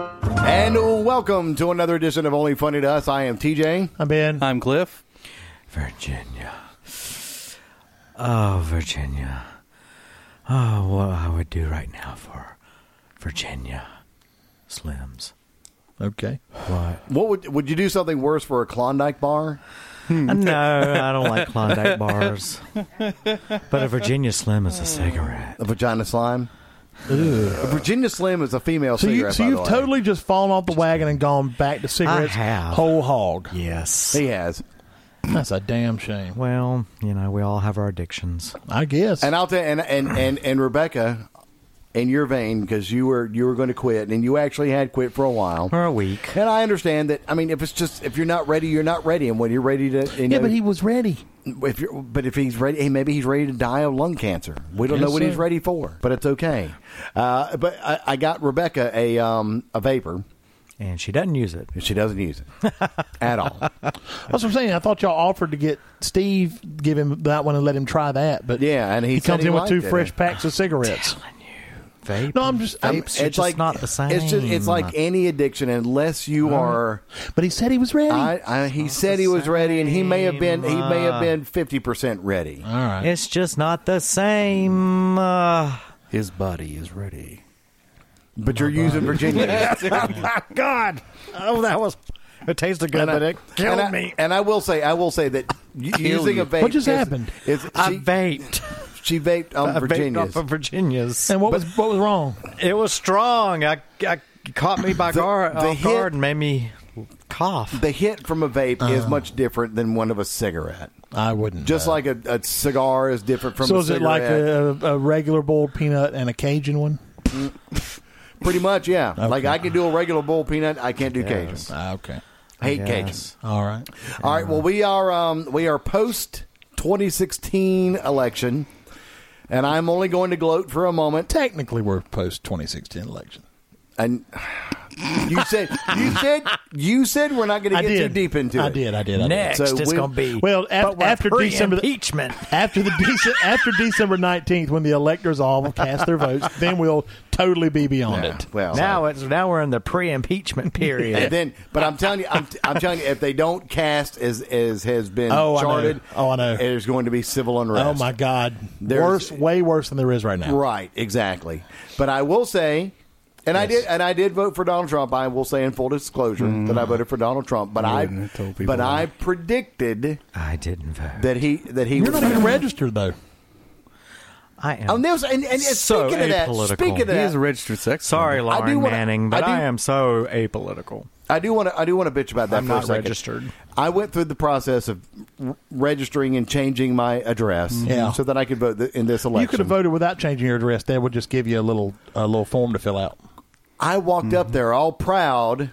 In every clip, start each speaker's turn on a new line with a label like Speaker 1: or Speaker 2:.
Speaker 1: And welcome to another edition of Only Funny to Us. I am TJ.
Speaker 2: I'm in.
Speaker 3: I'm Cliff. Virginia. Oh, Virginia. Oh, what I would do right now for Virginia Slims.
Speaker 2: Okay.
Speaker 3: What?
Speaker 1: What would would you do something worse for a Klondike bar? Hmm.
Speaker 3: no, I don't like Klondike bars. But a Virginia Slim is a cigarette.
Speaker 1: A vagina slime? A Virginia Slim is a female
Speaker 2: So, you,
Speaker 1: cigarette.
Speaker 2: so
Speaker 1: by the
Speaker 2: you've
Speaker 1: way.
Speaker 2: totally just fallen off the wagon and gone back to cigarettes
Speaker 3: have.
Speaker 2: whole hog.
Speaker 3: Yes.
Speaker 1: He has.
Speaker 2: That's a damn shame.
Speaker 3: Well, you know, we all have our addictions.
Speaker 2: I guess.
Speaker 1: And I'll tell and and and, and Rebecca, in your vein, because you were you were going to quit, and you actually had quit for a while.
Speaker 3: For a week.
Speaker 1: And I understand that. I mean, if it's just if you're not ready, you're not ready, and when you're ready to, you
Speaker 2: yeah,
Speaker 1: know,
Speaker 2: but he was ready.
Speaker 1: if you're, but if he's ready, hey, maybe he's ready to die of lung cancer. We don't
Speaker 2: Yes,
Speaker 1: know what he's
Speaker 2: sir.
Speaker 1: ready for, but it's okay. Uh, but I, I got Rebecca a um, a vapor,
Speaker 3: And she doesn't use it.
Speaker 1: and she doesn't use it at all.
Speaker 2: That's what I'm saying. I thought y'all offered to get Steve, give him that one and let him try that, but
Speaker 1: Yeah, and he,
Speaker 2: he,
Speaker 1: said
Speaker 2: comes
Speaker 1: he
Speaker 2: in with
Speaker 1: liked
Speaker 2: two
Speaker 1: it.
Speaker 2: fresh packs of cigarettes.
Speaker 3: Vape.
Speaker 2: No, I'm just. I'm,
Speaker 3: Vapes. It's just not the same.
Speaker 1: It's just it's like any addiction unless you are.
Speaker 2: but he said he was ready.
Speaker 1: I, I, he said he was ready, and he may have been he may have been fifty percent ready.
Speaker 3: Oh
Speaker 2: All right.
Speaker 3: It's just not the same. Uh,
Speaker 4: His body is ready.
Speaker 1: But you're using Virginia.
Speaker 4: God! Oh, that was. It tasted good,
Speaker 1: And I-
Speaker 4: but it killed
Speaker 1: and I,
Speaker 4: me.
Speaker 1: And I will say, I will say that y- using a vape.
Speaker 2: What just
Speaker 1: is-
Speaker 2: happened?
Speaker 1: Is,
Speaker 4: I
Speaker 1: she,
Speaker 4: vaped.
Speaker 1: she vaped um, on
Speaker 4: I vaped
Speaker 1: Virginia's.
Speaker 4: off of Virginia's.
Speaker 2: and what was what was wrong?
Speaker 4: It was strong. I, I caught me by
Speaker 1: The-
Speaker 4: guard.
Speaker 1: the
Speaker 4: off
Speaker 1: hit-
Speaker 4: guard and made me cough.
Speaker 1: the hit from a vape is
Speaker 2: Uh.
Speaker 1: much different than one of a cigarette.
Speaker 2: I wouldn't.
Speaker 1: Just like a, a cigar is different from
Speaker 2: so,
Speaker 1: a
Speaker 2: is it like
Speaker 1: cigarette.
Speaker 2: a, a regular boiled peanut and a Cajun one?
Speaker 1: Pretty much, yeah. Like I can do a regular bowl peanut, I can't do Cajun.
Speaker 2: Okay.
Speaker 1: Hate
Speaker 4: Yes.
Speaker 1: Cajun.
Speaker 2: All right.
Speaker 1: All right, well we are um, we are post 2016 election. And I'm only going to gloat for a moment.
Speaker 2: Technically, we're post 2016 election.
Speaker 1: And you said you said you said we're not going to
Speaker 2: I
Speaker 1: get
Speaker 2: did.
Speaker 1: too deep into
Speaker 2: I
Speaker 1: it.
Speaker 2: did. I did. I did.
Speaker 3: next,
Speaker 1: So
Speaker 3: it's
Speaker 1: we-
Speaker 3: going to be.
Speaker 2: Well, af-
Speaker 3: but we're
Speaker 2: after December-
Speaker 3: impeachment.
Speaker 2: After the Dece- after December 19th, when the electors all will cast their votes, then we'll totally be beyond
Speaker 1: Yeah,
Speaker 2: it.
Speaker 1: Well,
Speaker 3: Now it's now we're in the pre-impeachment period.
Speaker 1: And then, but I'm telling you, I'm, I'm telling you, if they don't cast as as has been
Speaker 2: Oh, I know.
Speaker 1: charted,
Speaker 2: Oh, I know.
Speaker 1: there's going to be civil unrest.
Speaker 2: Oh my God!
Speaker 1: There's-
Speaker 2: worse, way worse than there is right now.
Speaker 1: Right, exactly. But I will say, and I did, and I did vote for Donald Trump. I will say in full disclosure
Speaker 2: Mm.
Speaker 1: that I voted for Donald Trump. But I,
Speaker 4: wouldn't have told people
Speaker 1: but
Speaker 4: that.
Speaker 1: I predicted
Speaker 3: I didn't vote.
Speaker 1: that he that he
Speaker 2: You're
Speaker 1: was.
Speaker 2: not even registered though.
Speaker 3: I am.
Speaker 1: Oh, and, there's- and, and
Speaker 3: So
Speaker 1: speaking of that,
Speaker 3: apolitical.
Speaker 1: speaking of
Speaker 4: He is a
Speaker 1: that,
Speaker 4: registered sex.
Speaker 3: Sorry,
Speaker 4: offender.
Speaker 3: Lauren
Speaker 1: do wanna-
Speaker 3: Manning,
Speaker 1: I
Speaker 3: but
Speaker 1: do-
Speaker 3: I, am so apolitical.
Speaker 1: I do want to I do want to bitch about that.
Speaker 4: I'm
Speaker 1: for a
Speaker 4: not
Speaker 1: second.
Speaker 4: registered.
Speaker 1: I went through the process of r- registering and changing my address,
Speaker 4: Mm-hmm.
Speaker 2: Yeah.
Speaker 1: so that I could vote th- in this election.
Speaker 2: You could have voted without changing your address. They would just give you a little a little form to fill out.
Speaker 1: I walked up there all proud,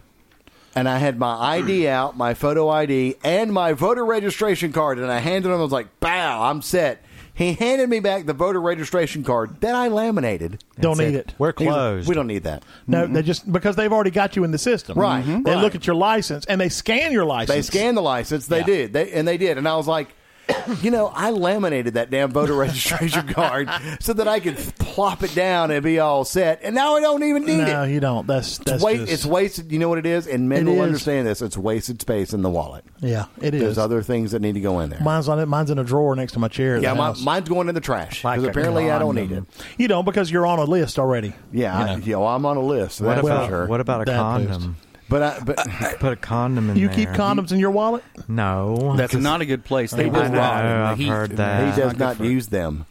Speaker 1: and I had my ID out, my photo ID, and my voter registration card, and I handed him. I was like, "Bow, I'm set." He handed me back the voter registration card that I laminated.
Speaker 2: Don't
Speaker 3: That's
Speaker 2: need
Speaker 3: it.
Speaker 2: it.
Speaker 3: We're
Speaker 1: He was like,
Speaker 3: closed.
Speaker 1: We don't need that.
Speaker 2: No, they just because they've already got you in the system.
Speaker 1: Mm-hmm. Right, Mhm.
Speaker 2: They
Speaker 1: right.
Speaker 2: look at your license and they scan your license.
Speaker 1: They scanned the license. They
Speaker 2: Yeah.
Speaker 1: did. They and they did. And I was like, you know, I laminated that damn voter registration card so that I could plop it down and be all set. And now I don't even need
Speaker 2: No,
Speaker 1: it.
Speaker 2: you don't. That's that's
Speaker 1: It's, wa-
Speaker 2: just-
Speaker 1: it's wasted. You know what it is, and men
Speaker 2: It
Speaker 1: will
Speaker 2: is.
Speaker 1: understand this. It's wasted space in the wallet.
Speaker 2: yeah. It is.
Speaker 1: There's other things that need to go in there.
Speaker 2: mine's on it. Mine's in a drawer next to my chair. at
Speaker 1: Yeah,
Speaker 2: the
Speaker 1: my,
Speaker 2: house.
Speaker 1: mine's going in the trash
Speaker 3: Like
Speaker 1: because
Speaker 3: a
Speaker 1: apparently I don't need it.
Speaker 2: You don't because you're on a list already.
Speaker 1: Yeah, I,
Speaker 2: You know.
Speaker 1: you know, I'm on a list.
Speaker 3: What
Speaker 1: That's
Speaker 3: about
Speaker 1: for sure.
Speaker 3: what about a
Speaker 2: That
Speaker 3: condom?
Speaker 1: But I, but
Speaker 3: Put a condom in
Speaker 2: You
Speaker 3: there.
Speaker 2: keep condoms in your wallet?
Speaker 3: No,
Speaker 4: That's not a good place. They
Speaker 1: He
Speaker 4: will
Speaker 1: does
Speaker 4: rot.
Speaker 1: not.
Speaker 4: in the
Speaker 3: I've
Speaker 4: heat.
Speaker 3: heard that.
Speaker 1: he
Speaker 3: That's
Speaker 1: does
Speaker 4: good
Speaker 1: not
Speaker 4: for-
Speaker 1: use them.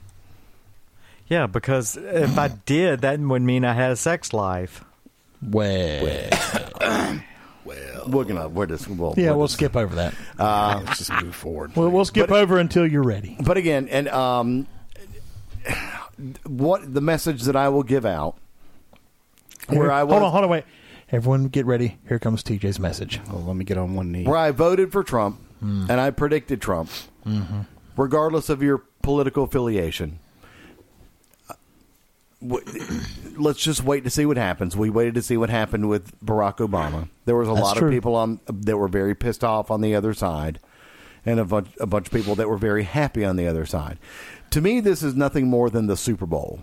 Speaker 3: yeah, because if I did, that would mean I had a sex life.
Speaker 2: Well,
Speaker 1: We're gonna we're just well,
Speaker 2: yeah,
Speaker 1: we're
Speaker 2: we'll
Speaker 1: just-
Speaker 2: skip over that.
Speaker 4: Let's just move forward.
Speaker 2: We'll, we'll skip
Speaker 1: But-
Speaker 2: over until you're ready.
Speaker 1: But again, and um, what the message that I will give out where I was,
Speaker 2: hold on, hold on, wait. Everyone, get ready. Here comes TJ's message.
Speaker 4: Well, let me get on one knee.
Speaker 1: where I voted for Trump
Speaker 2: Hmm.
Speaker 1: and I predicted Trump,
Speaker 2: Mm-hmm.
Speaker 1: regardless of your political affiliation. uh, w- Let's just wait to see what happens. We waited to see what happened with Barack Obama. There was a
Speaker 2: That's
Speaker 1: lot
Speaker 2: true.
Speaker 1: of people on that were very pissed off on the other side, and a bunch a bunch of people that were very happy on the other side. To me, this is nothing more than the Super Bowl.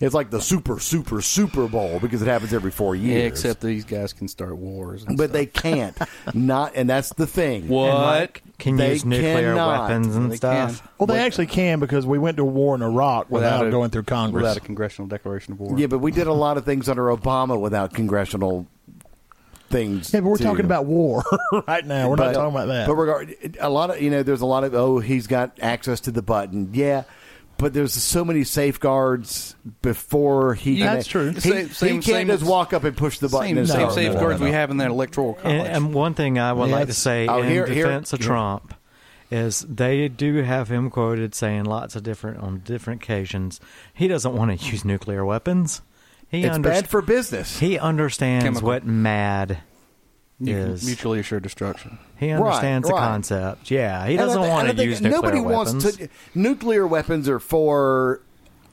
Speaker 1: It's like the super, super, Super Bowl because it happens every four years.
Speaker 5: Except these guys can start wars. and
Speaker 1: but they can't not, and that's the thing.
Speaker 5: What?
Speaker 3: Can
Speaker 1: They
Speaker 3: use nuclear
Speaker 1: cannot.
Speaker 3: weapons and
Speaker 5: They
Speaker 3: stuff.
Speaker 5: can.
Speaker 2: Well, they actually can because we went to war in Iraq without,
Speaker 5: Without a-
Speaker 2: going through Congress.
Speaker 5: Without a congressional declaration of war.
Speaker 1: Yeah, but we did a lot of things under Obama without congressional things.
Speaker 2: yeah, but we're
Speaker 1: to-
Speaker 2: talking about war right now. We're not
Speaker 1: But-
Speaker 2: talking about that.
Speaker 1: But regard a lot of you know, there's a lot of oh, he's got access to the button. Yeah. But there's so many safeguards before he.
Speaker 5: Yeah,
Speaker 1: can-
Speaker 2: that's true.
Speaker 1: He,
Speaker 5: Same- same-
Speaker 1: he can't
Speaker 5: same
Speaker 1: just
Speaker 5: as-
Speaker 1: walk up and push the button.
Speaker 5: Same,
Speaker 1: and
Speaker 5: same
Speaker 1: start.
Speaker 5: safeguards we have in that electoral college.
Speaker 3: And, and one thing I would like to
Speaker 2: Yes.
Speaker 3: say
Speaker 1: Oh,
Speaker 3: in
Speaker 1: here- here-
Speaker 3: defense of
Speaker 1: yeah.
Speaker 3: Trump is they do have him quoted saying lots of different on different occasions he doesn't want to use nuclear weapons. He
Speaker 1: It's
Speaker 3: underst-
Speaker 1: bad for business.
Speaker 3: he understands
Speaker 5: Chemical.
Speaker 3: what mad
Speaker 5: Mutual-
Speaker 3: is.
Speaker 5: mutually assured destruction.
Speaker 3: He
Speaker 1: Right,
Speaker 3: understands
Speaker 1: right.
Speaker 3: the concept. Yeah, he
Speaker 1: And I
Speaker 3: doesn't
Speaker 1: thi- and I
Speaker 3: want to
Speaker 1: think
Speaker 3: use nuclear
Speaker 1: nobody
Speaker 3: weapons.
Speaker 1: wants to. Nuclear weapons are for.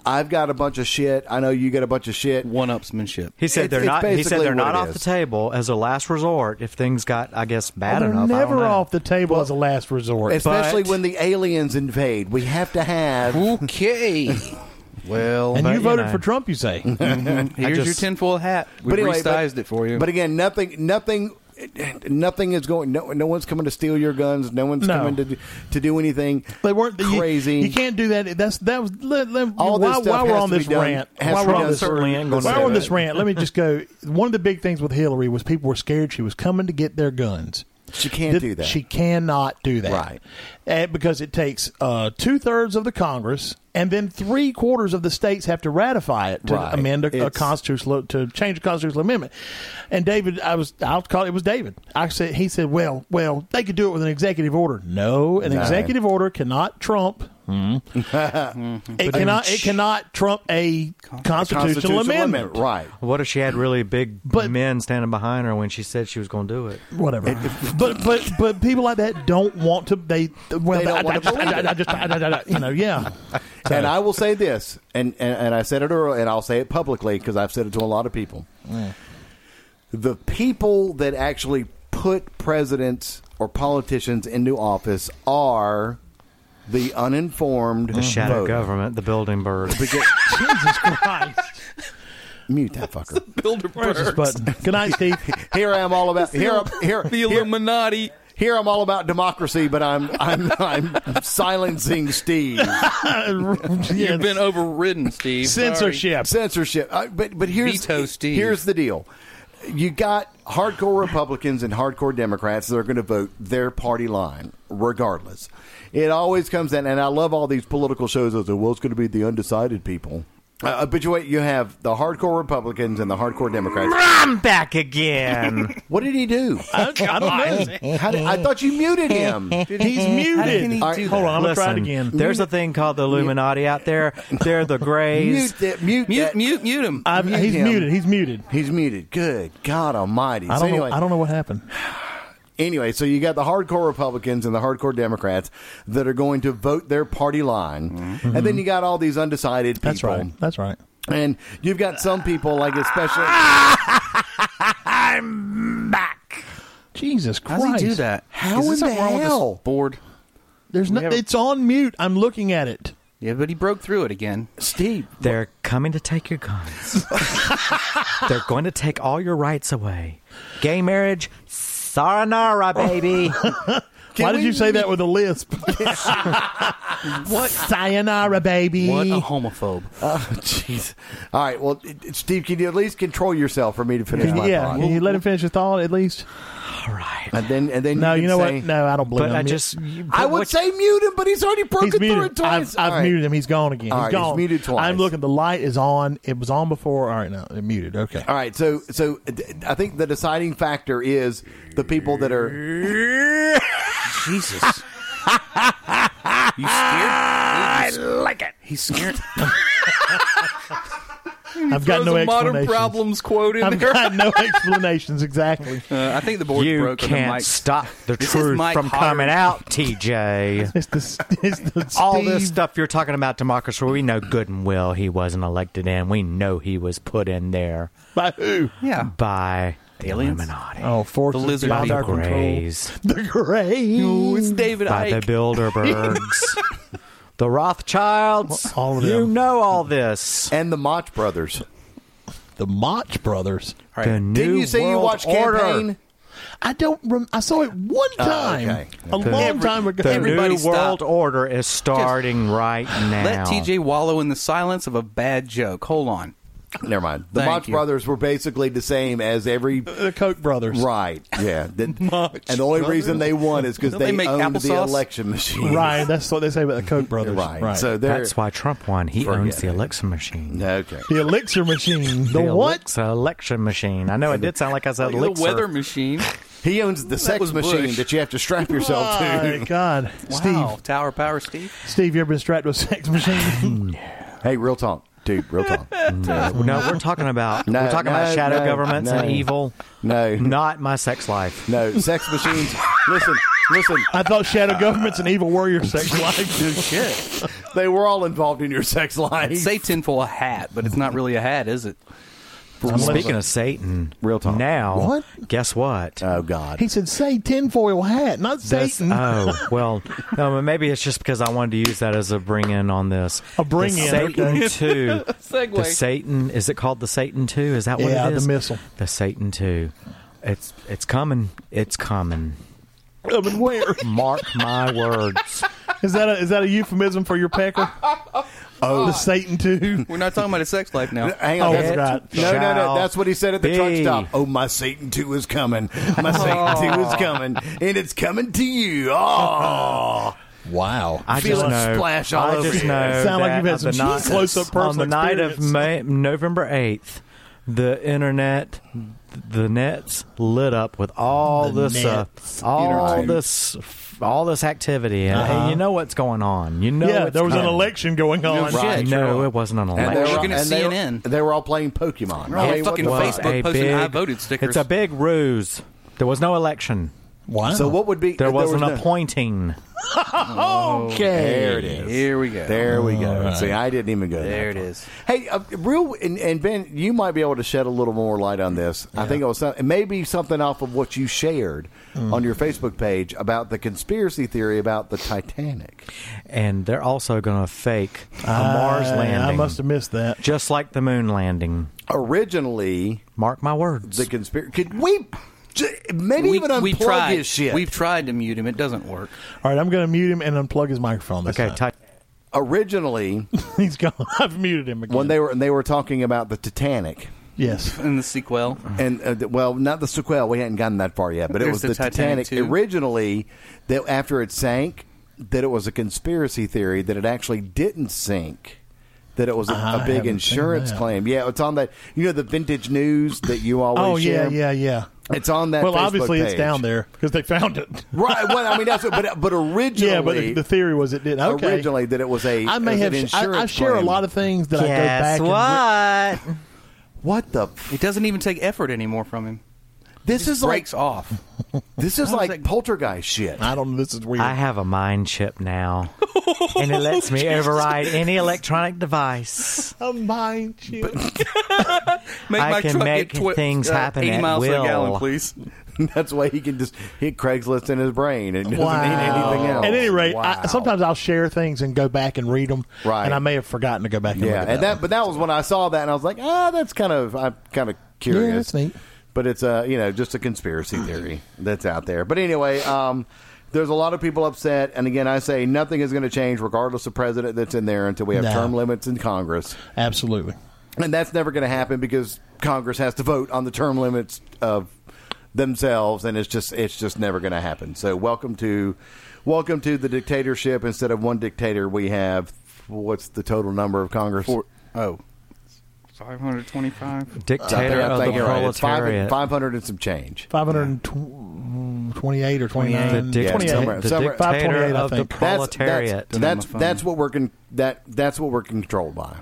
Speaker 1: I've got a bunch of shit. I know you got a bunch of shit.
Speaker 5: One upsmanship.
Speaker 3: He said
Speaker 1: It's-
Speaker 3: they're
Speaker 1: it's
Speaker 3: not. He said
Speaker 1: basically
Speaker 3: they're not
Speaker 1: what it
Speaker 3: off the
Speaker 1: is.
Speaker 3: table as a last resort if things got, I guess,
Speaker 1: Oh,
Speaker 2: Well,
Speaker 3: bad
Speaker 2: they're
Speaker 3: enough. I don't
Speaker 2: never
Speaker 3: know.
Speaker 2: off the table as a last resort.
Speaker 1: Especially
Speaker 3: but-
Speaker 1: when the aliens invade, we have to have.
Speaker 5: Okay. well, Mm-hmm.
Speaker 2: and
Speaker 3: but,
Speaker 2: you
Speaker 3: you
Speaker 2: voted
Speaker 3: know.
Speaker 2: for Trump, you say?
Speaker 5: here's
Speaker 3: just-
Speaker 5: your tinfoil hat. We resized it for you.
Speaker 1: But again, nothing, nothing, nothing is going. No, no one's coming to steal your guns. No one's
Speaker 2: No.
Speaker 1: coming to do- to do anything.
Speaker 2: They weren't you-
Speaker 1: crazy.
Speaker 2: You, can't do that. That's that was. Let, let,
Speaker 1: All this
Speaker 2: why,
Speaker 1: stuff
Speaker 2: why we're
Speaker 1: has
Speaker 2: on
Speaker 1: to be
Speaker 2: this
Speaker 1: done-
Speaker 2: rant?
Speaker 1: has
Speaker 2: Why
Speaker 1: to
Speaker 2: we're
Speaker 1: be
Speaker 2: on
Speaker 1: done
Speaker 2: this
Speaker 3: certainly ain't gonna
Speaker 2: While
Speaker 3: do
Speaker 2: we're on
Speaker 3: that.
Speaker 2: this rant, let me just go. One of the big things with Hillary was people were scared she was coming to get their guns.
Speaker 1: She can't
Speaker 2: Did-
Speaker 1: do that.
Speaker 2: She cannot do that.
Speaker 1: Right.
Speaker 2: And because it takes uh, two thirds of the Congress, and then three quarters of the states have to ratify it to
Speaker 1: Right.
Speaker 2: amend a, a
Speaker 1: It's-
Speaker 2: constitutional to change a constitutional amendment. And David, I was I'll call it was David. I said he said, well, well, they could do it with an executive order. No, an
Speaker 1: No.
Speaker 2: executive order cannot trump. it cannot. It cannot trump a constitutional,
Speaker 1: Mm-hmm. Constitutional
Speaker 2: amendment.
Speaker 1: amendment, right?
Speaker 3: What if she had really big
Speaker 2: But-
Speaker 3: men standing behind her when she said she was going to do it?
Speaker 2: whatever. but but but people like that don't want to. They well,
Speaker 1: They don't
Speaker 2: I,
Speaker 1: want
Speaker 2: I,
Speaker 1: to believe
Speaker 2: I, I just I, I, I- you know yeah.
Speaker 1: And I will say this, and, and, and I said it earlier, and I'll say it publicly because I've said it to a lot of people. The people that actually put presidents or politicians into office are the uninformed
Speaker 3: The shadow
Speaker 1: voter.
Speaker 3: government, the building bird.
Speaker 1: Because,
Speaker 2: Jesus Christ!
Speaker 1: mute that fucker.
Speaker 2: Where's this button? Good night, Steve.
Speaker 1: Here I am all about here I'm- here
Speaker 5: the
Speaker 1: here,
Speaker 5: Illuminati.
Speaker 1: here I'm all about democracy, but I'm I'm I'm silencing Steve.
Speaker 2: Yeah.
Speaker 5: You've been overridden, Steve. Sorry.
Speaker 2: censorship.
Speaker 1: censorship. Uh, but but here's
Speaker 5: Veto Steve.
Speaker 1: here's the deal. You got hardcore Republicans and hardcore Democrats that are going to vote their party line, regardless. It always comes in, and I love all these political shows. That say, well, it's going to be the undecided people. Uh, but you wait, you have the hardcore Republicans and the hardcore Democrats.
Speaker 3: I'm back again.
Speaker 1: What did he do?
Speaker 2: I, I don't know.
Speaker 1: How did, I thought you muted him.
Speaker 2: He's muted.
Speaker 1: All right,
Speaker 2: Hold on, I'm gonna try it
Speaker 3: Listen,
Speaker 2: again.
Speaker 3: There's a thing called the Illuminati out there. They're the
Speaker 1: Mute
Speaker 3: Greys.
Speaker 1: that. Mute.
Speaker 5: Mute,
Speaker 1: that.
Speaker 5: mute, mute him.
Speaker 2: I've,
Speaker 1: mute
Speaker 2: he's
Speaker 1: him.
Speaker 2: muted. He's muted.
Speaker 1: He's muted. Good God Almighty.
Speaker 2: I
Speaker 1: so
Speaker 2: don't
Speaker 1: anyway,
Speaker 2: know. I don't know what happened.
Speaker 1: anyway, so you got the hardcore Republicans and the hardcore Democrats that are going to vote their party line, and then you got all these undecided people.
Speaker 2: Mm-hmm. That's right. That's right.
Speaker 1: And you've got some people like especially
Speaker 2: Ah! Jesus
Speaker 5: How
Speaker 2: Christ!
Speaker 5: does he do that?
Speaker 1: How
Speaker 5: Is there
Speaker 1: in
Speaker 5: something
Speaker 1: the
Speaker 5: wrong with this
Speaker 1: hell?
Speaker 5: board?
Speaker 2: There's no.
Speaker 5: have-
Speaker 2: It's on mute. I'm looking at it.
Speaker 5: Yeah, but he broke through it again.
Speaker 1: Steve.
Speaker 3: They're coming to take your guns. They're going to take all your rights away. Gay marriage, sayonara, baby.
Speaker 2: Why did you say that with a lisp? what? Sayonara, baby.
Speaker 5: What a homophobe.
Speaker 1: Oh, jeez. All right. Well, it- it- Steve, can you at least control yourself for me to finish my
Speaker 2: yeah,
Speaker 1: thought?
Speaker 2: can you let him finish his thought at least?
Speaker 3: all right.
Speaker 1: And then, and then
Speaker 2: No, you
Speaker 1: can
Speaker 2: know
Speaker 1: say,
Speaker 2: what? No, I don't believe
Speaker 3: But
Speaker 2: him.
Speaker 3: I just. you-
Speaker 1: I
Speaker 3: but
Speaker 1: would
Speaker 3: what-
Speaker 1: say mute him, but he's already broken
Speaker 2: he's
Speaker 1: through it
Speaker 2: muted.
Speaker 1: twice.
Speaker 2: I've, I've
Speaker 1: All right.
Speaker 2: muted him. He's gone again.
Speaker 1: All
Speaker 2: He's
Speaker 1: right, he's
Speaker 2: gone.
Speaker 1: muted twice.
Speaker 2: I'm looking. The light is on. It was on before. All right, now it muted. Okay.
Speaker 1: All right, so so d- I think the deciding factor is the people that are
Speaker 5: Jesus. you scared? I like it. He's scared.
Speaker 2: I've got no
Speaker 5: modern
Speaker 2: explanations.
Speaker 5: problems quoted
Speaker 2: I've
Speaker 5: there.
Speaker 2: got no explanations exactly.
Speaker 5: Uh, I think the board
Speaker 3: You
Speaker 5: broke. the
Speaker 3: can't
Speaker 5: mic.
Speaker 3: stop the
Speaker 5: This is
Speaker 3: truth
Speaker 5: Mike
Speaker 3: from
Speaker 5: Hodder.
Speaker 3: coming out, TJ.
Speaker 2: It's the, it's the
Speaker 3: all
Speaker 2: Steve-
Speaker 3: this stuff you're talking about democracy we know good and well he wasn't elected in we know he was put in there
Speaker 2: by who?
Speaker 5: Yeah.
Speaker 3: by the
Speaker 5: Aliens?
Speaker 3: illuminati
Speaker 2: Oh, force
Speaker 5: The lizard
Speaker 3: by
Speaker 2: beyond
Speaker 3: the
Speaker 5: people.
Speaker 2: our control.
Speaker 3: grays
Speaker 2: The gray.
Speaker 5: David
Speaker 3: by the bilderbergs The Rothschilds.
Speaker 2: All of
Speaker 3: You
Speaker 2: them.
Speaker 3: know all this.
Speaker 1: and the Mach brothers.
Speaker 2: The Mach Brothers.
Speaker 5: All
Speaker 3: The
Speaker 5: right.
Speaker 3: New
Speaker 1: Didn't you say you
Speaker 3: World
Speaker 1: watched
Speaker 3: Order.
Speaker 1: Campaign?
Speaker 2: I don't. Rem- I saw it one time,
Speaker 1: okay.
Speaker 2: a long
Speaker 5: Every-
Speaker 2: time ago.
Speaker 3: The
Speaker 5: Everybody
Speaker 3: New
Speaker 5: stop.
Speaker 3: World Order is starting right now.
Speaker 5: Let TJ wallow in the silence of a bad joke. Hold on.
Speaker 1: Never mind. The
Speaker 5: Thank
Speaker 1: Mach
Speaker 5: you.
Speaker 1: brothers were basically the same as every
Speaker 2: the Koch brothers.
Speaker 1: right. Yeah, That- and the only reason they won is because
Speaker 5: Don't
Speaker 1: they,
Speaker 5: they make
Speaker 1: owned the
Speaker 5: applesauce?
Speaker 1: election machine.
Speaker 2: Right, that's what they say about the Koch brothers.
Speaker 1: right. So they're,
Speaker 3: That's why Trump won. He owns the election machine.
Speaker 1: okay.
Speaker 2: the elixir machine. The,
Speaker 3: The
Speaker 2: what?
Speaker 3: Alexa election machine. I know it did sound like I said
Speaker 5: Look at
Speaker 3: elixir.
Speaker 5: the weather machine.
Speaker 1: He owns the sex
Speaker 5: was Bush.
Speaker 1: machine that you have to strap yourself
Speaker 2: My
Speaker 1: to.
Speaker 2: God,
Speaker 5: Wow.
Speaker 2: Steve,
Speaker 5: Tower Power Steve.
Speaker 2: Steve, you ever been strapped to a sex machine?
Speaker 1: Hey, real talk, dude. Real talk.
Speaker 3: no, no, we're talking about
Speaker 1: No,
Speaker 3: we're talking about
Speaker 1: no,
Speaker 3: shadow
Speaker 1: no,
Speaker 3: governments
Speaker 1: no.
Speaker 3: and evil.
Speaker 1: No,
Speaker 3: Not my sex life.
Speaker 1: no. Sex machines. Listen, listen.
Speaker 2: I thought shadow governments and evil warrior sex life. Dude, shit.
Speaker 1: They were all involved in your sex life.
Speaker 5: Say tinfoil hat, but it's not really a hat, is it?
Speaker 3: Speaking of Satan,
Speaker 1: Real talk.
Speaker 3: Now,
Speaker 2: What?
Speaker 3: Guess what?
Speaker 1: oh God.
Speaker 2: He said, "Say tinfoil hat, not
Speaker 3: That's-
Speaker 2: Satan."
Speaker 3: oh well, no, but maybe it's just because I wanted to use that as a bring in on this.
Speaker 2: A bring
Speaker 3: The
Speaker 2: in,
Speaker 3: Satan
Speaker 2: okay.
Speaker 3: two.
Speaker 5: Segue.
Speaker 3: The Satan is it called the Satan two? Is that what
Speaker 2: Yeah,
Speaker 3: it
Speaker 2: the
Speaker 3: is?
Speaker 2: missile.
Speaker 3: The Satan two. It's it's coming. It's coming.
Speaker 2: I mean, where
Speaker 3: Mark my words.
Speaker 2: is that? A, is that a euphemism for your pecker? Oh, the Satan too.
Speaker 5: We're not talking about a sex life now.
Speaker 1: Hang on.
Speaker 2: Oh,
Speaker 1: that's-
Speaker 2: I forgot.
Speaker 1: no, no, no.
Speaker 3: Shall
Speaker 1: That's what he said at the truck
Speaker 3: be.
Speaker 1: stop. Oh, my Satan two is coming. My Satan two is coming, and it's coming to you. Oh.
Speaker 2: Wow.
Speaker 3: I
Speaker 1: Feel
Speaker 3: just
Speaker 1: it
Speaker 3: know.
Speaker 1: splash all
Speaker 3: I
Speaker 1: over
Speaker 3: just
Speaker 1: you.
Speaker 3: know.
Speaker 2: Sound like
Speaker 3: that
Speaker 2: you've had
Speaker 3: on
Speaker 2: some
Speaker 3: the night-
Speaker 2: close-up
Speaker 3: on
Speaker 2: personal
Speaker 3: the night of
Speaker 2: experience.
Speaker 3: May, November eighth. The internet, the nets lit up with all
Speaker 2: The
Speaker 3: this, uh,
Speaker 2: nets.
Speaker 3: all
Speaker 1: Internet.
Speaker 3: this, all this activity, and, and you know what's going on. You know,
Speaker 2: Uh-huh. Yeah,
Speaker 3: it's
Speaker 2: there was an
Speaker 3: coming.
Speaker 2: election going on.
Speaker 5: Right.
Speaker 3: No, it wasn't an
Speaker 1: And
Speaker 5: We're
Speaker 1: they were-
Speaker 3: election.
Speaker 5: looking at
Speaker 1: and they were-
Speaker 5: CNN.
Speaker 1: They were all playing Pokemon.
Speaker 5: We're all
Speaker 1: I mean, what
Speaker 5: fucking
Speaker 1: the
Speaker 5: face-
Speaker 1: fuck?
Speaker 5: Facebook posting I voted stickers.
Speaker 3: It's a big ruse. There was no election.
Speaker 2: Wow.
Speaker 1: So what would be?
Speaker 3: There was, an
Speaker 1: no-
Speaker 3: appointing.
Speaker 1: There it is.
Speaker 5: Here we go.
Speaker 1: There we go. See, I didn't even go.
Speaker 5: There
Speaker 1: that
Speaker 5: it
Speaker 1: far.
Speaker 5: is.
Speaker 1: Hey, uh, real and, and Ben, you might be able to shed a little more light on this. I think it was some- maybe something off of what you shared
Speaker 5: Mm.
Speaker 1: on your Facebook page about the conspiracy theory about the Titanic.
Speaker 3: And they're also going to fake a
Speaker 2: I-
Speaker 3: Mars landing.
Speaker 2: Uh, I must have missed that.
Speaker 3: Just like the moon landing.
Speaker 1: Originally,
Speaker 3: Mark my words.
Speaker 1: the conspiracy. Could we j- maybe
Speaker 5: We,
Speaker 1: even unplug
Speaker 5: we tried.
Speaker 1: his shit?
Speaker 5: We've tried to mute him. It doesn't work.
Speaker 2: All right, I'm going to mute him and unplug his microphone. This
Speaker 3: okay,
Speaker 2: time.
Speaker 3: type.
Speaker 1: Originally,
Speaker 2: he's gone. I've muted him again.
Speaker 1: when they were and they were talking about the Titanic.
Speaker 2: yes,
Speaker 5: In the sequel,
Speaker 1: and uh, th- well, not the sequel. We hadn't gotten that far yet, but it
Speaker 5: There's
Speaker 1: was the,
Speaker 5: the
Speaker 1: Titanic,
Speaker 5: Titanic too.
Speaker 1: originally. That after it sank, that it was a conspiracy theory that it actually didn't sink. That it was a,
Speaker 2: I
Speaker 1: a big
Speaker 2: haven't seen
Speaker 1: insurance
Speaker 2: that.
Speaker 1: claim. Yeah, it's on that. You know the vintage news that you always.
Speaker 2: Oh yeah,
Speaker 1: share?
Speaker 2: yeah, yeah.
Speaker 1: It's on that.
Speaker 2: well,
Speaker 1: Facebook
Speaker 2: obviously it's
Speaker 1: page.
Speaker 2: down there because they found it.
Speaker 1: right? Well, I mean, that's what- but but originally,
Speaker 2: yeah, but the, the theory was it did. Okay.
Speaker 1: originally that it was a.
Speaker 2: I may
Speaker 1: it was
Speaker 2: have.
Speaker 1: an
Speaker 2: sh- I, I
Speaker 1: insurance
Speaker 2: share a
Speaker 1: claim.
Speaker 2: lot of things that I go back. and
Speaker 3: Guess
Speaker 2: re-
Speaker 3: what?
Speaker 1: What the? F-
Speaker 5: it doesn't even take effort anymore from him.
Speaker 1: this is like
Speaker 5: Breaks off.
Speaker 1: this is like
Speaker 5: that-
Speaker 1: poltergeist shit.
Speaker 2: I don't know. This is weird.
Speaker 3: I have a mind chip now. and it lets me override any electronic device.
Speaker 2: a mind chip.
Speaker 5: Make
Speaker 3: I
Speaker 5: my
Speaker 3: can
Speaker 5: truck
Speaker 3: make
Speaker 5: get twi-
Speaker 3: things
Speaker 5: uh,
Speaker 3: happen
Speaker 5: 80
Speaker 3: at
Speaker 5: miles
Speaker 3: will.
Speaker 5: a gallon, please.
Speaker 1: That's why he can just hit Craigslist in his brain and doesn't
Speaker 2: Wow.
Speaker 1: need anything else.
Speaker 2: At any rate,
Speaker 1: Wow.
Speaker 2: I, sometimes I'll share things and go back and read them.
Speaker 1: Right.
Speaker 2: And I may have forgotten to go back and
Speaker 1: yeah,
Speaker 2: look at
Speaker 1: and
Speaker 2: that
Speaker 1: that, but that was when I saw that, and I was like, ah, that's kind of I'm kind of curious.
Speaker 2: Yeah, that's neat.
Speaker 1: But it's uh, you know just a conspiracy theory that's out there. But anyway, um, there's a lot of people upset, and again, I say nothing is going to change regardless of president that's in there until we have
Speaker 2: No.
Speaker 1: term limits in Congress,
Speaker 2: one. Absolutely.
Speaker 1: and that's never going to happen because Congress has to vote on the term limits of themselves, and it's just it's just never going to happen. So welcome to welcome to the dictatorship. Instead of one dictator, we have what's the total number of Congress?
Speaker 5: Oh. 525.
Speaker 3: Dictator
Speaker 1: I
Speaker 3: of oh, the
Speaker 1: think you're right. It's
Speaker 3: proletariat.
Speaker 1: five- 500 and some change.
Speaker 2: 528 or 28.
Speaker 3: The, dic-
Speaker 1: Yeah,
Speaker 2: 28.
Speaker 1: somewhere-
Speaker 3: the
Speaker 1: somewhere-
Speaker 3: dictator
Speaker 2: 528, I
Speaker 3: of the
Speaker 2: think.
Speaker 1: That's-
Speaker 3: proletariat.
Speaker 1: That's that's, that's, what we're con- that that's what we're controlled by.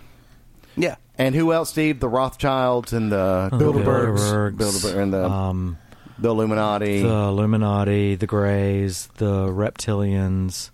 Speaker 5: Yeah.
Speaker 1: And who else, Steve? The Rothschilds and the
Speaker 3: Uh, Bilderbergs.
Speaker 1: Bilderberg and the E.
Speaker 3: um,
Speaker 1: the Illuminati.
Speaker 3: the Illuminati, the Greys, the Reptilians,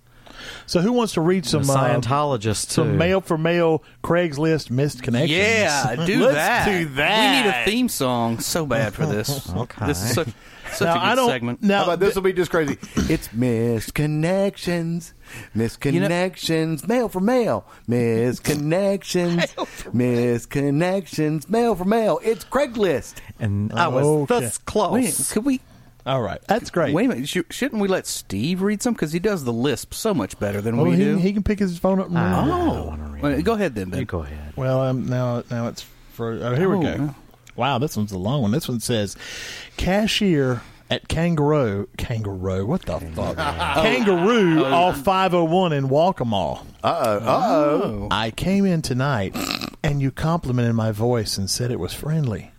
Speaker 2: So who wants to read some
Speaker 3: the
Speaker 2: uh,
Speaker 3: Scientologists,
Speaker 2: some
Speaker 3: too.
Speaker 2: mail for mail Craigslist missed connections?
Speaker 5: Yeah, do
Speaker 2: Let's
Speaker 5: that.
Speaker 2: do that.
Speaker 5: We need a theme song so bad for this.
Speaker 3: Okay.
Speaker 5: This is such, Such a
Speaker 2: Now,
Speaker 5: good
Speaker 2: I don't-
Speaker 5: segment.
Speaker 2: now-
Speaker 1: How about this? Will be just crazy. Oh, It's misconnections, misconnections, mail for mail, misconnections, misconnections, mail for mail. It's Craigslist.
Speaker 3: And I was
Speaker 2: Okay.
Speaker 3: this
Speaker 5: Wait,
Speaker 3: close.
Speaker 5: Oh, could we?
Speaker 2: All right, that's great.
Speaker 5: Wait a minute. Sh- shouldn't we let Steve read some because he does the lisp so much better than
Speaker 2: Well,
Speaker 5: we
Speaker 2: Oh, he,
Speaker 5: do.
Speaker 2: he can pick his phone up. And
Speaker 3: I
Speaker 2: run.
Speaker 3: don't
Speaker 5: oh,
Speaker 3: wanna read
Speaker 5: Well, go ahead then. Ben.
Speaker 3: You go ahead.
Speaker 2: Well, um, now now it's for. Oh, here
Speaker 5: Oh,
Speaker 2: we go.
Speaker 5: yeah.
Speaker 2: Wow, this one's a long one. This one says, cashier at Kangaroo. Kangaroo. What the fuck? Kangaroo
Speaker 5: Oh,
Speaker 2: off 501 in Walkamaw.
Speaker 1: Uh oh. Uh oh.
Speaker 2: I came in tonight and you complimented my voice and said it was friendly.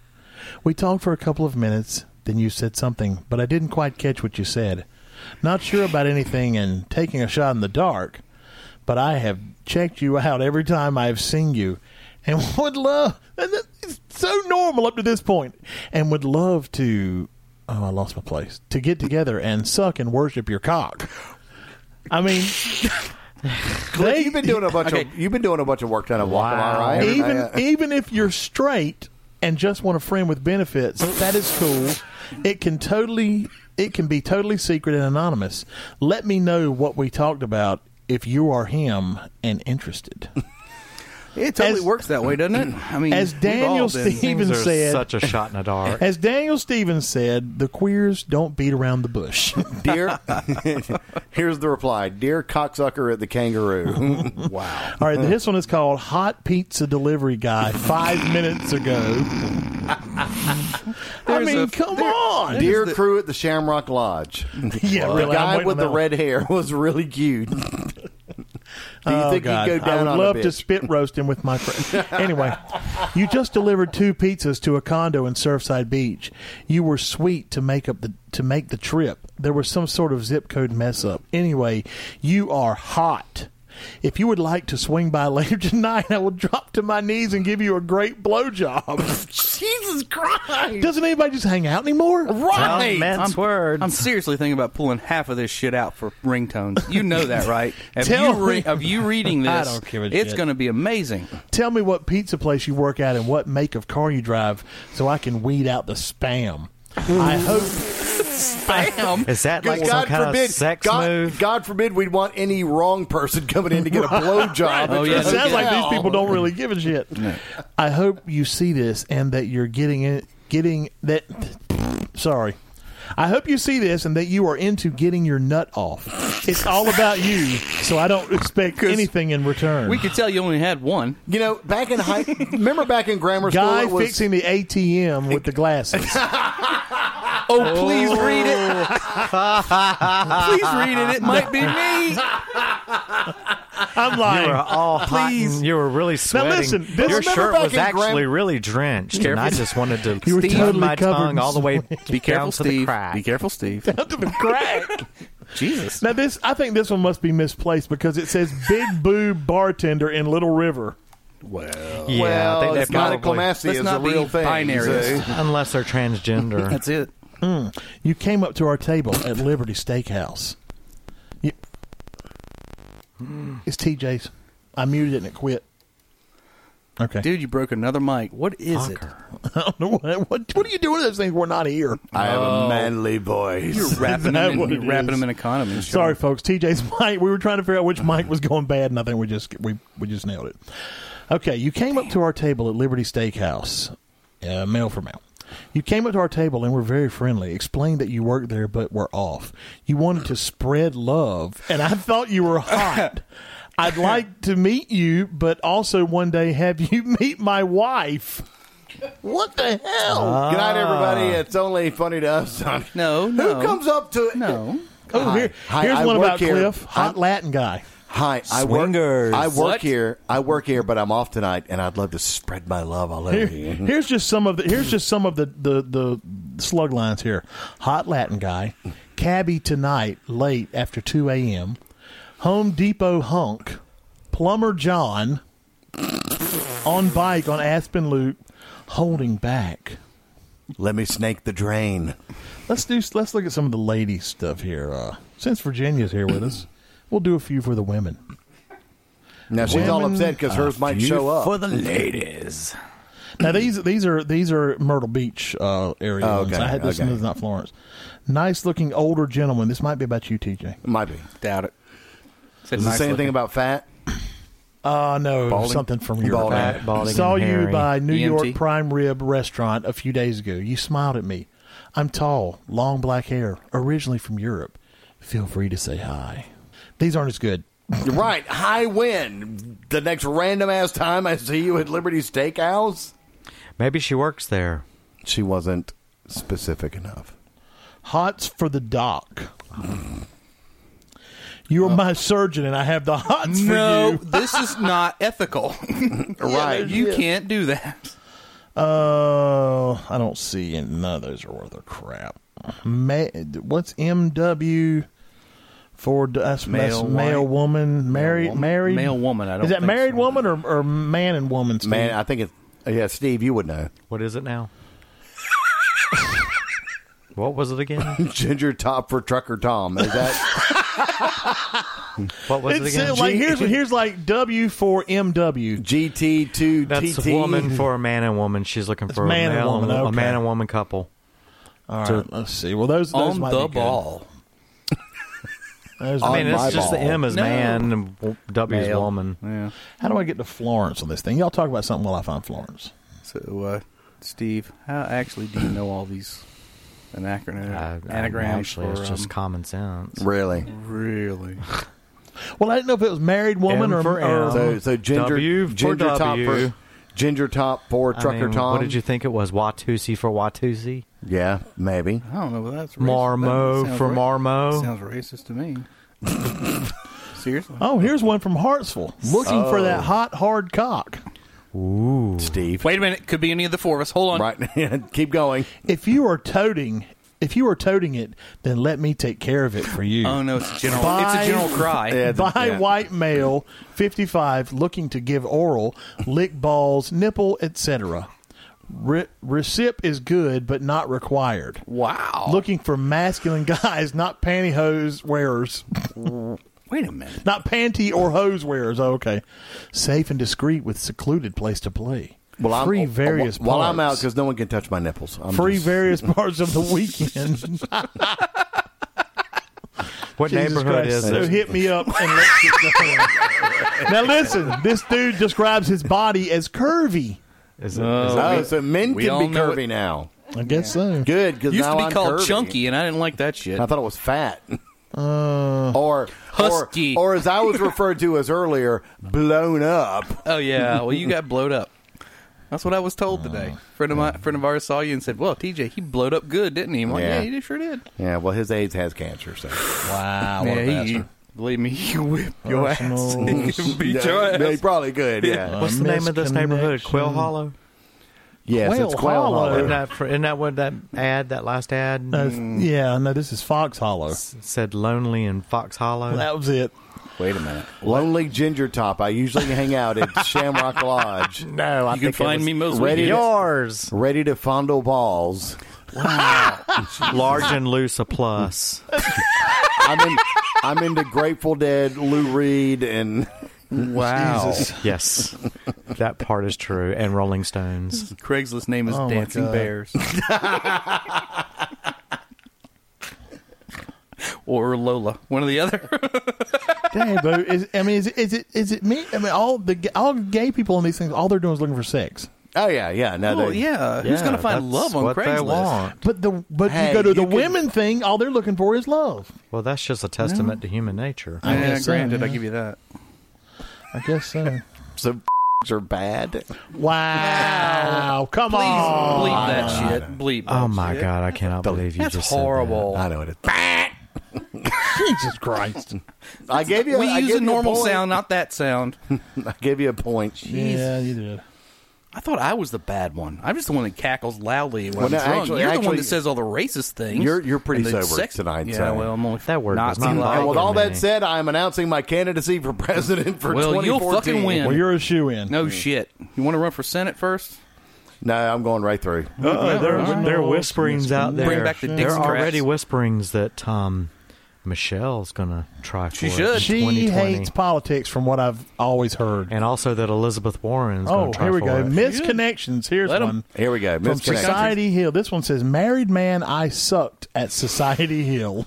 Speaker 2: We talked for a couple of minutes, then you said something, but I didn't quite catch what you said. Not sure about anything and taking a shot in the dark, but I have checked you out every time I have seen you and would love. And that- it's so normal up to this point, and would love to. Oh, I lost my place. To get together and suck and worship your cock. I mean,
Speaker 1: Clint,
Speaker 2: they-
Speaker 1: you've been doing a bunch
Speaker 5: Okay.
Speaker 1: of you've been doing a bunch of work down at Waccamaw, right?
Speaker 2: even
Speaker 1: Everybody-
Speaker 2: even if you're straight and just want a friend with benefits, that is cool. It can totally it can be totally secret and anonymous. Let me know what we talked about if you are him and interested.
Speaker 5: It totally
Speaker 2: As-
Speaker 5: works that way, doesn't it? I mean,
Speaker 2: as
Speaker 5: we've all
Speaker 2: Daniel
Speaker 5: been-
Speaker 2: Steve- Even
Speaker 3: Things are
Speaker 2: said-
Speaker 3: such a shot in the dark.
Speaker 2: As Daniel Stevens said, the queers don't beat around the bush.
Speaker 1: Uh, dear, here's the reply: Dear cocksucker at the kangaroo. wow.
Speaker 2: All right, this one is called Hot Pizza Delivery Guy 5 minutes ago. I
Speaker 5: There's
Speaker 2: mean,
Speaker 5: a-
Speaker 2: come
Speaker 5: there-
Speaker 2: on.
Speaker 1: Dear crew at the Shamrock Lodge.
Speaker 2: Yeah, really,
Speaker 1: the
Speaker 2: I'm
Speaker 1: guy
Speaker 2: waiting
Speaker 1: with
Speaker 2: on
Speaker 1: the
Speaker 2: that one.
Speaker 1: red hair was really cute. Do you think
Speaker 2: Oh, God.
Speaker 1: he'd go down
Speaker 2: I
Speaker 1: on
Speaker 2: would love
Speaker 1: a
Speaker 2: to
Speaker 1: bitch?
Speaker 2: spit roast him with my friend. anyway, you just delivered two pizzas to a condo in Surfside Beach. You were sweet to make up the to make the trip. There was some sort of zip code mess up. Anyway, you are hot. If you would like to swing by later tonight, I will drop to my knees and give you a great blowjob.
Speaker 5: Jesus Christ!
Speaker 2: Doesn't anybody just hang out anymore?
Speaker 5: Right.
Speaker 3: man's
Speaker 5: I'm,
Speaker 3: words.
Speaker 5: I'm seriously thinking about pulling half of this shit out for ringtones. You know that, right? Of,
Speaker 2: Tell
Speaker 5: you, re-
Speaker 2: me-
Speaker 5: of you reading this,
Speaker 2: I don't give a
Speaker 5: it's
Speaker 2: shit.
Speaker 5: going to be amazing.
Speaker 2: Tell me what pizza place you work at and what make of car you drive so I can weed out the spam. I hope
Speaker 5: Bam!
Speaker 3: Is that like some
Speaker 1: God
Speaker 3: kind
Speaker 1: forbid,
Speaker 3: of sex
Speaker 1: God,
Speaker 3: move?
Speaker 1: God forbid we'd want any wrong person coming in to get a blowjob.
Speaker 5: Oh, yeah,
Speaker 2: It sounds like
Speaker 1: Yeah.
Speaker 2: these people don't really give a shit. I hope you see this and that you're getting it, getting that. Sorry. I hope you see this and that you are into getting your nut off. It's all about you, so I don't expect anything in return.
Speaker 5: We could tell you only had one.
Speaker 1: You know, back in high, remember back in grammar school,
Speaker 2: Guy
Speaker 1: it was,
Speaker 2: fixing the ATM with the glasses.
Speaker 5: Oh, please read it. please read it. It might be me.
Speaker 2: I'm
Speaker 3: You
Speaker 2: lying.
Speaker 3: were all hot and
Speaker 5: Please.
Speaker 3: you were really sweating.
Speaker 2: listen, this-
Speaker 3: Your
Speaker 2: remember
Speaker 3: shirt
Speaker 1: back
Speaker 3: was
Speaker 1: in
Speaker 3: actually
Speaker 1: Gram-
Speaker 3: really drenched, and I just wanted to
Speaker 2: You were
Speaker 3: stick
Speaker 2: totally
Speaker 3: my
Speaker 2: covered
Speaker 3: tongue
Speaker 2: in
Speaker 3: all the way
Speaker 5: Be careful,
Speaker 3: down to the
Speaker 5: Steve.
Speaker 3: crack.
Speaker 5: Be careful, Steve.
Speaker 2: to the crack.
Speaker 5: Jesus.
Speaker 2: Now this, I think this one must be misplaced because it says "Big Boob Bartender" in Little River.
Speaker 5: Well,
Speaker 3: Yeah, I
Speaker 1: well,
Speaker 3: think they
Speaker 1: it's not a
Speaker 3: probably-
Speaker 1: clamacy,
Speaker 5: Let's
Speaker 1: it's
Speaker 5: not
Speaker 1: a
Speaker 5: be
Speaker 1: real thing.
Speaker 5: binary.
Speaker 1: see?
Speaker 3: Unless they're transgender.
Speaker 5: that's it.
Speaker 2: You came up to our table at Liberty Steakhouse. You, it's TJ's. I muted it and it quit. Okay.
Speaker 5: Dude, you broke another mic. What is it?
Speaker 2: I don't know what, what, what are you doing to those things? We're not here.
Speaker 1: I have a manly voice.
Speaker 5: You're wrapping
Speaker 2: that
Speaker 5: them
Speaker 2: what
Speaker 5: in, you're
Speaker 2: it
Speaker 5: wrapping
Speaker 2: is?
Speaker 5: them in economy. Sure.
Speaker 2: Sorry, folks. TJ's mic. We were trying to figure out which mic was going bad, and I think we just we we just nailed it. Okay, you came up to our table at Liberty Steakhouse, uh, mail for mail. You came up to our table and were very friendly. Explained that you worked there but were off. You wanted to spread love, and I thought you were hot. I'd like to meet you, but also one day have you meet my wife. What the hell?
Speaker 1: Good night, everybody. It's only funny to us. Who
Speaker 5: No, no.
Speaker 1: comes up to
Speaker 5: No.
Speaker 2: oh, here,
Speaker 1: Hi,
Speaker 2: here's
Speaker 1: I
Speaker 2: one
Speaker 1: work
Speaker 2: about
Speaker 1: here.
Speaker 2: Cliff, hot Latin guy.
Speaker 1: Hi, I
Speaker 3: Swingers.
Speaker 1: work. I work
Speaker 5: What?
Speaker 1: here. I work here, but I'm off tonight, and I'd love to spread my love all over
Speaker 2: Here-
Speaker 1: you.
Speaker 2: here's just some of the here's just some of the, the the slug lines here. Hot Latin guy, cabbie tonight late after two a.m. Home Depot hunk, plumber John, on bike on Aspen Loop, holding back.
Speaker 1: Let me snake the drain.
Speaker 2: Let's do let's look at some of the lady stuff here. Uh, since Virginia's here with us, we'll do a few for the women.
Speaker 1: Now she's all
Speaker 2: Women
Speaker 1: upset because hers might show up.
Speaker 3: the ladies.
Speaker 2: Now these these are these are Myrtle Beach uh, area
Speaker 1: Oh,
Speaker 2: ones.
Speaker 1: okay,
Speaker 2: I had this
Speaker 1: okay.
Speaker 2: one is not Florence. Nice looking older gentleman. This might be about you, TJ.
Speaker 1: Might be.
Speaker 5: Doubt it.
Speaker 1: Is the same thing about fat?
Speaker 2: Uh no,
Speaker 1: Balding?
Speaker 2: something from E your
Speaker 1: Balding.
Speaker 2: back.
Speaker 3: Fat, balding,
Speaker 2: Saw
Speaker 3: and
Speaker 2: you
Speaker 3: hairy.
Speaker 2: by New York
Speaker 5: EMT.
Speaker 2: Prime Rib restaurant a few days ago. You smiled at me. I'm tall, long black hair, originally from Europe. Feel free to say hi. These aren't as good.
Speaker 1: You're right. I win. The next random ass time I see you at Liberty Steakhouse.
Speaker 3: Maybe she works there.
Speaker 1: She wasn't specific enough.
Speaker 2: Hots for the doc. You are my surgeon, and I have the hots for
Speaker 5: No,
Speaker 2: you.
Speaker 5: this is not ethical.
Speaker 1: Right.
Speaker 5: You can't do that.
Speaker 2: Oh, I don't see any. None of those are worth a crap. Ma- what's MW for? That's
Speaker 5: Male
Speaker 2: male, male
Speaker 5: white.
Speaker 2: woman, married,
Speaker 5: woman-
Speaker 2: married,
Speaker 5: male woman, I don't
Speaker 2: is that
Speaker 5: think
Speaker 2: married
Speaker 5: so.
Speaker 2: woman or, or man and woman? Steve?
Speaker 1: Man, I think it's. Yeah, Steve, you would know.
Speaker 3: What is it now? what was it again?
Speaker 1: Ginger top for Trucker Tom. Is that
Speaker 3: What was
Speaker 2: it's
Speaker 3: it again?
Speaker 2: uh, like here's here's like W for MW.
Speaker 1: GT2
Speaker 3: That's
Speaker 1: TT?
Speaker 3: woman for a man and woman. She's looking for a,
Speaker 2: man and
Speaker 3: male
Speaker 2: woman,
Speaker 3: a
Speaker 2: okay.
Speaker 3: man and woman couple.
Speaker 2: All right, let's see. Well, those those
Speaker 5: On
Speaker 2: might
Speaker 5: the
Speaker 2: be good.
Speaker 5: ball.
Speaker 2: Those
Speaker 3: I
Speaker 2: might
Speaker 3: mean,
Speaker 2: be
Speaker 3: it's
Speaker 2: good.
Speaker 3: just the M is
Speaker 5: No.
Speaker 3: man and w- W is
Speaker 5: Male.
Speaker 3: woman.
Speaker 5: Yeah.
Speaker 2: How do I get to Florence on this thing? Y'all talk about something while I find Florence.
Speaker 5: So, uh, Steve, how actually do you know all these anacronyms?
Speaker 3: I- I-
Speaker 5: anagrams
Speaker 3: Actually,
Speaker 5: for,
Speaker 3: it's just
Speaker 5: um,
Speaker 3: common sense.
Speaker 1: Really?
Speaker 5: really.
Speaker 2: Well, I didn't know if it was married woman
Speaker 3: M
Speaker 2: or,
Speaker 3: for
Speaker 2: or
Speaker 3: M.
Speaker 1: So, so Ginger,
Speaker 3: W for
Speaker 1: ginger top
Speaker 3: W.
Speaker 1: for. Ginger top for
Speaker 3: I
Speaker 1: Trucker
Speaker 3: mean,
Speaker 1: Tom.
Speaker 3: What did you think it was? Watusi for Watusi?
Speaker 1: Yeah, maybe.
Speaker 5: I don't know, but that's racist.
Speaker 3: Marmo
Speaker 5: That sounds
Speaker 3: for
Speaker 5: ra-
Speaker 3: Marmo.
Speaker 5: Sounds racist to me. Seriously?
Speaker 2: Oh, here's one from Hartsville. Looking for
Speaker 5: Oh.
Speaker 2: that hot, hard cock.
Speaker 1: Steve.
Speaker 5: Wait a minute. Could be any of the four of us. Hold on.
Speaker 1: Right. Keep going.
Speaker 2: If you are toting, if you are toting it, then let me take care of it for you.
Speaker 5: Oh, no, it's a general,
Speaker 2: Five-
Speaker 5: it's a general cry.
Speaker 1: Yeah,
Speaker 2: By
Speaker 1: yeah.
Speaker 2: white male, 55, looking to give oral, lick balls, nipple, etc. Re- recip is good, but not required.
Speaker 5: Wow.
Speaker 2: Looking for masculine guys, not pantyhose wearers.
Speaker 5: Wait a minute.
Speaker 2: Not panty or hose wearers. Oh, okay. Safe and discreet with secluded place to play.
Speaker 1: Well,
Speaker 2: Free
Speaker 1: I'm,
Speaker 2: various
Speaker 1: While I'm out,
Speaker 2: parts.
Speaker 1: because no one can touch my nipples. I'm
Speaker 2: free
Speaker 1: just-
Speaker 2: various parts of the weekend.
Speaker 3: What
Speaker 2: Jesus
Speaker 3: neighborhood
Speaker 2: Christ.
Speaker 3: is
Speaker 2: so
Speaker 3: it?
Speaker 2: hit me up and let's get going. now listen, this dude describes his body as curvy.
Speaker 3: Is it, is it
Speaker 1: Oh, so men
Speaker 5: we
Speaker 1: can
Speaker 5: all
Speaker 1: be
Speaker 5: know
Speaker 1: curvy
Speaker 5: it.
Speaker 1: now.
Speaker 2: I guess so.
Speaker 1: Good, because
Speaker 5: Used
Speaker 1: now
Speaker 5: to be
Speaker 1: I'm
Speaker 5: called
Speaker 1: curvy.
Speaker 5: chunky, and I didn't like that shit.
Speaker 1: I thought it was fat. or
Speaker 5: Husky.
Speaker 1: Or, or as I was referred to as earlier, blown up.
Speaker 5: Oh yeah. Well, you got blowed up. That's what I was told today.
Speaker 1: Oh,
Speaker 5: Friend of my friend of ours saw you and said, "Well, TJ, he blowed up good, didn't he?" I'm like,
Speaker 1: Yeah.
Speaker 5: yeah. he sure did.
Speaker 1: Yeah, well, his AIDS has cancer, so
Speaker 2: Wow, what a
Speaker 5: yeah, he,
Speaker 2: bastard.
Speaker 5: believe me, he whipped your ass.
Speaker 2: Personal-
Speaker 5: He beat your
Speaker 1: yeah,
Speaker 5: ass.
Speaker 1: he probably good. Yeah,
Speaker 3: What's the name of this neighborhood? Quail
Speaker 2: Misconnection.
Speaker 3: Hollow.
Speaker 1: yes,
Speaker 2: Quail
Speaker 1: it's Quail
Speaker 2: Hollow.
Speaker 1: Hollow.
Speaker 3: Isn't that, for, isn't that what that ad, that last ad,
Speaker 2: Uh, yeah, no, this is Fox Hollow.
Speaker 3: said lonely in Fox Hollow?
Speaker 2: That was it.
Speaker 5: Wait a minute.
Speaker 1: Lonely Ginger Top. I usually hang out at Shamrock Lodge.
Speaker 3: no, I
Speaker 5: You can find me most
Speaker 1: ready
Speaker 5: weekends.
Speaker 3: yours.
Speaker 1: Ready to fondle balls.
Speaker 3: Large and loose a plus.
Speaker 1: I'm in. I'm into Grateful Dead, Lou Reed, and
Speaker 5: Wow.
Speaker 3: Yes, that part is true. And Rolling Stones.
Speaker 5: Craigslist name is
Speaker 2: Oh, my
Speaker 5: Dancing
Speaker 2: God.
Speaker 5: Bears. or Lola, one or the other.
Speaker 2: Dang, but is, I mean, is, it- is it is it me? I mean, all the ga- all gay people on these things, all they're doing is looking for sex.
Speaker 1: oh yeah, yeah. No,
Speaker 5: Well,
Speaker 1: they-
Speaker 5: yeah. Uh, Who's
Speaker 3: Yeah,
Speaker 5: gonna find
Speaker 3: that's
Speaker 5: love on
Speaker 3: what they
Speaker 5: Craigslist?
Speaker 3: want.
Speaker 2: But the but
Speaker 1: Hey,
Speaker 2: you go to
Speaker 1: you
Speaker 2: the
Speaker 1: can-
Speaker 2: women thing, all they're looking for is love.
Speaker 3: Well, that's just a testament to human nature.
Speaker 2: I
Speaker 5: Yeah,
Speaker 2: guess so,
Speaker 5: granted, I
Speaker 2: yeah.
Speaker 5: give you that.
Speaker 2: I guess uh, so.
Speaker 1: So are bad.
Speaker 2: Wow! Come
Speaker 5: Please
Speaker 2: on,
Speaker 5: bleep that shit. Bleep.
Speaker 3: Oh
Speaker 5: that
Speaker 3: my
Speaker 5: shit.
Speaker 3: God, I cannot believe you
Speaker 5: That's
Speaker 3: just
Speaker 5: horrible.
Speaker 1: I know it is. Bad.
Speaker 2: Jesus Christ!
Speaker 1: I gave you.
Speaker 5: we
Speaker 1: I
Speaker 5: use
Speaker 1: gave
Speaker 5: a
Speaker 1: you
Speaker 5: normal
Speaker 1: point.
Speaker 5: sound, not that sound.
Speaker 1: I gave you a point.
Speaker 2: Yeah, you did.
Speaker 5: I thought I was the bad one. I'm just the one that cackles loudly when
Speaker 1: Well,
Speaker 5: I'm
Speaker 1: no,
Speaker 5: drunk.
Speaker 1: actually-
Speaker 5: you're the one
Speaker 1: actually-
Speaker 5: that says all the racist things.
Speaker 1: You're- you're pretty
Speaker 5: and the
Speaker 1: sober tonight,
Speaker 5: Yeah,
Speaker 1: so-
Speaker 5: well, I'm only
Speaker 3: That word does
Speaker 5: Nazi
Speaker 3: not
Speaker 5: like.
Speaker 1: And with
Speaker 3: Thank you,
Speaker 1: all
Speaker 3: Manny.
Speaker 1: that said, I am announcing my candidacy for president for
Speaker 5: Well, you'll
Speaker 1: 2014.
Speaker 5: fucking win.
Speaker 2: Well, you're a shoe in.
Speaker 5: No shit. You want to run for senate first?
Speaker 1: No, I'm going right through.
Speaker 3: There,
Speaker 5: Well,
Speaker 3: there are whisperings out there.
Speaker 5: Bring back the
Speaker 3: there
Speaker 5: Dixie
Speaker 3: are already
Speaker 5: Crats.
Speaker 3: whisperings that um, Michelle's gonna try for
Speaker 5: She
Speaker 3: it in
Speaker 5: should.
Speaker 2: She
Speaker 3: 2020.
Speaker 2: hates politics, from what I've always heard.
Speaker 3: and also that Elizabeth Warren's
Speaker 2: Oh,
Speaker 3: gonna try
Speaker 2: here we
Speaker 3: for
Speaker 2: go.
Speaker 3: it.
Speaker 2: Misconnections. Here's
Speaker 5: Let 'em.
Speaker 2: one.
Speaker 1: Here we go.
Speaker 2: From
Speaker 1: Miss Connect.
Speaker 2: Society Hill. This one says, Married man, I sucked at Society Hill.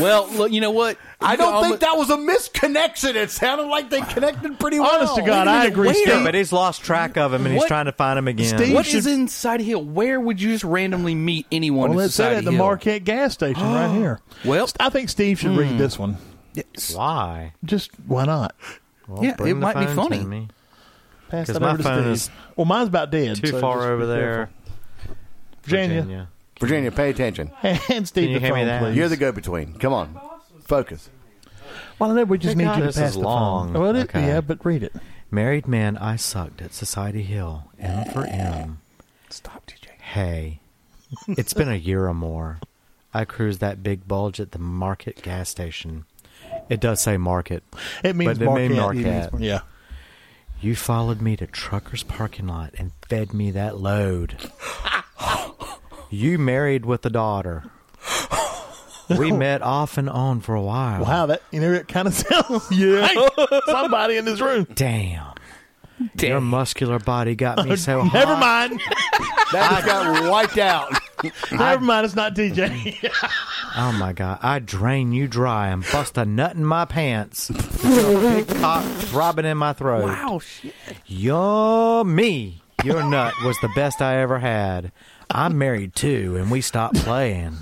Speaker 5: Well, look, you know what?
Speaker 1: I
Speaker 5: You
Speaker 1: don't
Speaker 5: almo-
Speaker 1: think that was a misconnection. It sounded like they connected pretty well.
Speaker 2: Honest to God, I agree,
Speaker 3: Yeah,
Speaker 2: Steve.
Speaker 3: but he's lost track of him, and he's
Speaker 5: What?
Speaker 3: trying to find him again.
Speaker 2: Steve-
Speaker 5: What
Speaker 2: You
Speaker 5: is
Speaker 2: should-
Speaker 5: in Society Hill? Where would you just randomly meet anyone?
Speaker 2: Well,
Speaker 5: in
Speaker 2: it said
Speaker 5: Society
Speaker 2: at the
Speaker 5: Hill?
Speaker 2: Marquette gas station right here.
Speaker 5: Well-
Speaker 2: I think Steve should read this one.
Speaker 3: Why?
Speaker 2: Just why not?
Speaker 3: Well,
Speaker 5: Yeah,
Speaker 3: bring
Speaker 5: it
Speaker 3: the
Speaker 5: might be
Speaker 3: phone
Speaker 5: funny.
Speaker 3: to me.
Speaker 2: Pass
Speaker 3: 'Cause
Speaker 2: that
Speaker 3: my
Speaker 2: over to
Speaker 3: phone
Speaker 2: Steve.
Speaker 3: is
Speaker 2: well, mine's about dead.
Speaker 3: Too
Speaker 2: so
Speaker 3: far
Speaker 2: just
Speaker 3: over
Speaker 2: be
Speaker 3: there,
Speaker 2: careful. Virginia.
Speaker 1: Virginia, pay attention.
Speaker 2: Hand Steve
Speaker 3: Can you
Speaker 2: the
Speaker 3: hand me
Speaker 2: phone,
Speaker 3: that?
Speaker 2: please.
Speaker 1: You're the go-between. Come on, focus.
Speaker 2: well, I know we just
Speaker 3: Good
Speaker 2: need
Speaker 3: God,
Speaker 2: you to
Speaker 3: this
Speaker 2: pass
Speaker 3: is
Speaker 2: the
Speaker 3: long.
Speaker 2: phone. Well, it,
Speaker 3: Okay.
Speaker 2: Yeah, but read it.
Speaker 3: Married man, I sucked at Society Hill. M for M.
Speaker 2: Stop, DJ.
Speaker 3: Hey, it's been a year or more. I cruised that big bulge at the Market gas station. It does say Market.
Speaker 2: It means
Speaker 3: But the
Speaker 2: Marquette.
Speaker 3: name
Speaker 2: It
Speaker 3: Marquette.
Speaker 2: means- Yeah.
Speaker 3: You followed me to Trucker's parking lot and fed me that load. you married with a daughter. We met off and on for a while.
Speaker 2: Wow, that you know it kind of sounds yeah. somebody in this room.
Speaker 3: Damn. Your muscular body got me so hot.
Speaker 2: Never mind.
Speaker 1: That just got wiped out.
Speaker 2: Never mind. It's not DJ.
Speaker 3: Oh my god! I drain you dry and bust a nut in my pants. Big cock throbbing in my throat. Wow, shit! Yummy! Your nut was the best I ever had. I'm married too, and we stopped playing.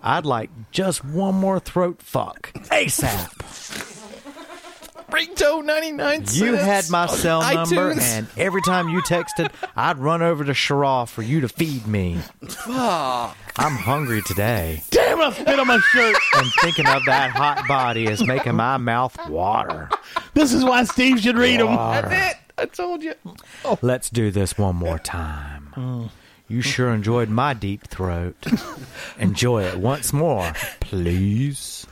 Speaker 3: I'd like just one more throat fuck ASAP.
Speaker 5: Ringtone 99
Speaker 3: You
Speaker 5: cents
Speaker 3: had my
Speaker 5: on
Speaker 3: cell number,
Speaker 5: iTunes.
Speaker 3: and every time you texted, I'd run over to Shara for you to feed me. I'm hungry today.
Speaker 2: Damn, I spit on my shirt.
Speaker 3: and thinking of that hot body is making my mouth water.
Speaker 2: This is why Steve should read them.
Speaker 5: That's it. I told you.
Speaker 3: Let's do this one more time. You sure enjoyed my deep throat. Enjoy it once more, please.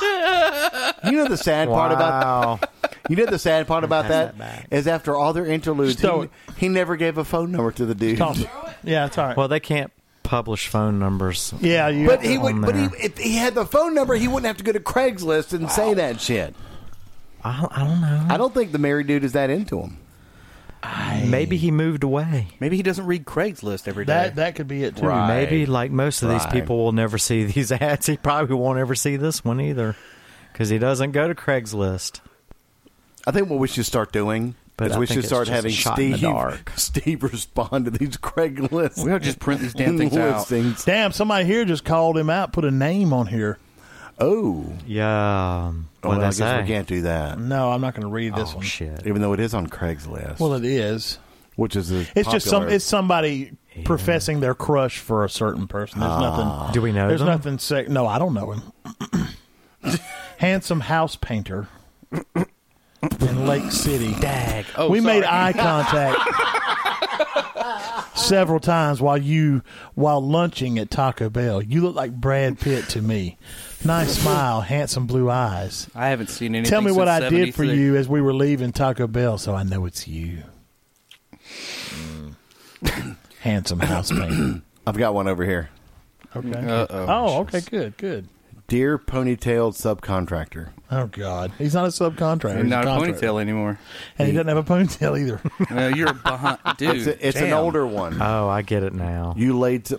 Speaker 1: You know the sad part about
Speaker 3: Wow.
Speaker 1: you know the sad part about
Speaker 3: Pass
Speaker 1: that
Speaker 3: that back.
Speaker 1: is after all their interludes,
Speaker 2: Just throw
Speaker 1: he,
Speaker 2: it.
Speaker 1: he never gave a phone number to the dude.
Speaker 2: Yeah, it's all right.
Speaker 3: Well, they can't publish phone numbers.
Speaker 2: yeah, you.
Speaker 1: But he
Speaker 3: Oh,
Speaker 1: would. But he,
Speaker 3: man.
Speaker 1: if he had the phone number, he wouldn't have to go to Craigslist and say that shit.
Speaker 3: I don't, I don't know.
Speaker 1: I don't think the married dude is that into him.
Speaker 3: Maybe he moved away.
Speaker 5: Maybe he doesn't read Craigslist every day.
Speaker 2: that that could be it too.
Speaker 1: Right.
Speaker 3: Maybe, like most of these
Speaker 1: Right.
Speaker 3: people, will never see these ads. He probably won't ever see this one either because he doesn't go to Craigslist.
Speaker 1: I think what we should start doing
Speaker 3: But
Speaker 1: is
Speaker 3: I
Speaker 1: we
Speaker 3: think
Speaker 1: should
Speaker 3: it's
Speaker 1: start
Speaker 3: just a
Speaker 1: having
Speaker 3: shot in the
Speaker 1: Steve
Speaker 3: dark.
Speaker 1: Steve respond to these Craigslist.
Speaker 5: We ought to just print these damn things out.
Speaker 1: listings.
Speaker 2: Damn, somebody here just called him out, put a name on here.
Speaker 1: Oh,
Speaker 3: Yeah.
Speaker 1: well,
Speaker 3: What
Speaker 1: I
Speaker 3: did I
Speaker 1: guess we
Speaker 3: say?
Speaker 1: can't do that,
Speaker 2: No, I'm not going to read this
Speaker 3: Oh,
Speaker 2: one.
Speaker 3: shit.
Speaker 1: even though it is on Craigslist,
Speaker 2: Well, it is.
Speaker 1: which is a
Speaker 2: It's just some.
Speaker 1: popular-
Speaker 2: It's somebody professing their crush for a certain person. There's nothing.
Speaker 3: Ah. Do we know
Speaker 2: There's
Speaker 3: them?
Speaker 2: nothing. Sec- no, I don't know him. Handsome house painter in Lake City. Dag.
Speaker 5: Oh,
Speaker 2: we made
Speaker 5: sorry.
Speaker 2: eye contact several times while you while lunching at Taco Bell. You look like Brad Pitt to me. Nice smile, handsome blue eyes.
Speaker 5: I haven't seen anything.
Speaker 2: Tell me what
Speaker 5: since
Speaker 2: I did for
Speaker 5: 73.
Speaker 2: you as we were leaving Taco Bell, so I know it's you. Handsome house painter.
Speaker 1: I've got one over here.
Speaker 2: Okay.
Speaker 5: Uh-oh.
Speaker 2: oh, okay. Good. Good.
Speaker 1: Dear ponytailed subcontractor,
Speaker 2: Oh God, he's not a subcontractor.
Speaker 5: I'm
Speaker 2: he's
Speaker 5: not a
Speaker 2: contractor.
Speaker 5: ponytail anymore.
Speaker 2: and he doesn't have a ponytail either.
Speaker 5: No, you're behind, dude.
Speaker 1: it's, a, it's an
Speaker 5: damn.
Speaker 1: older one.
Speaker 3: Oh, I get it now.
Speaker 1: You laid, t-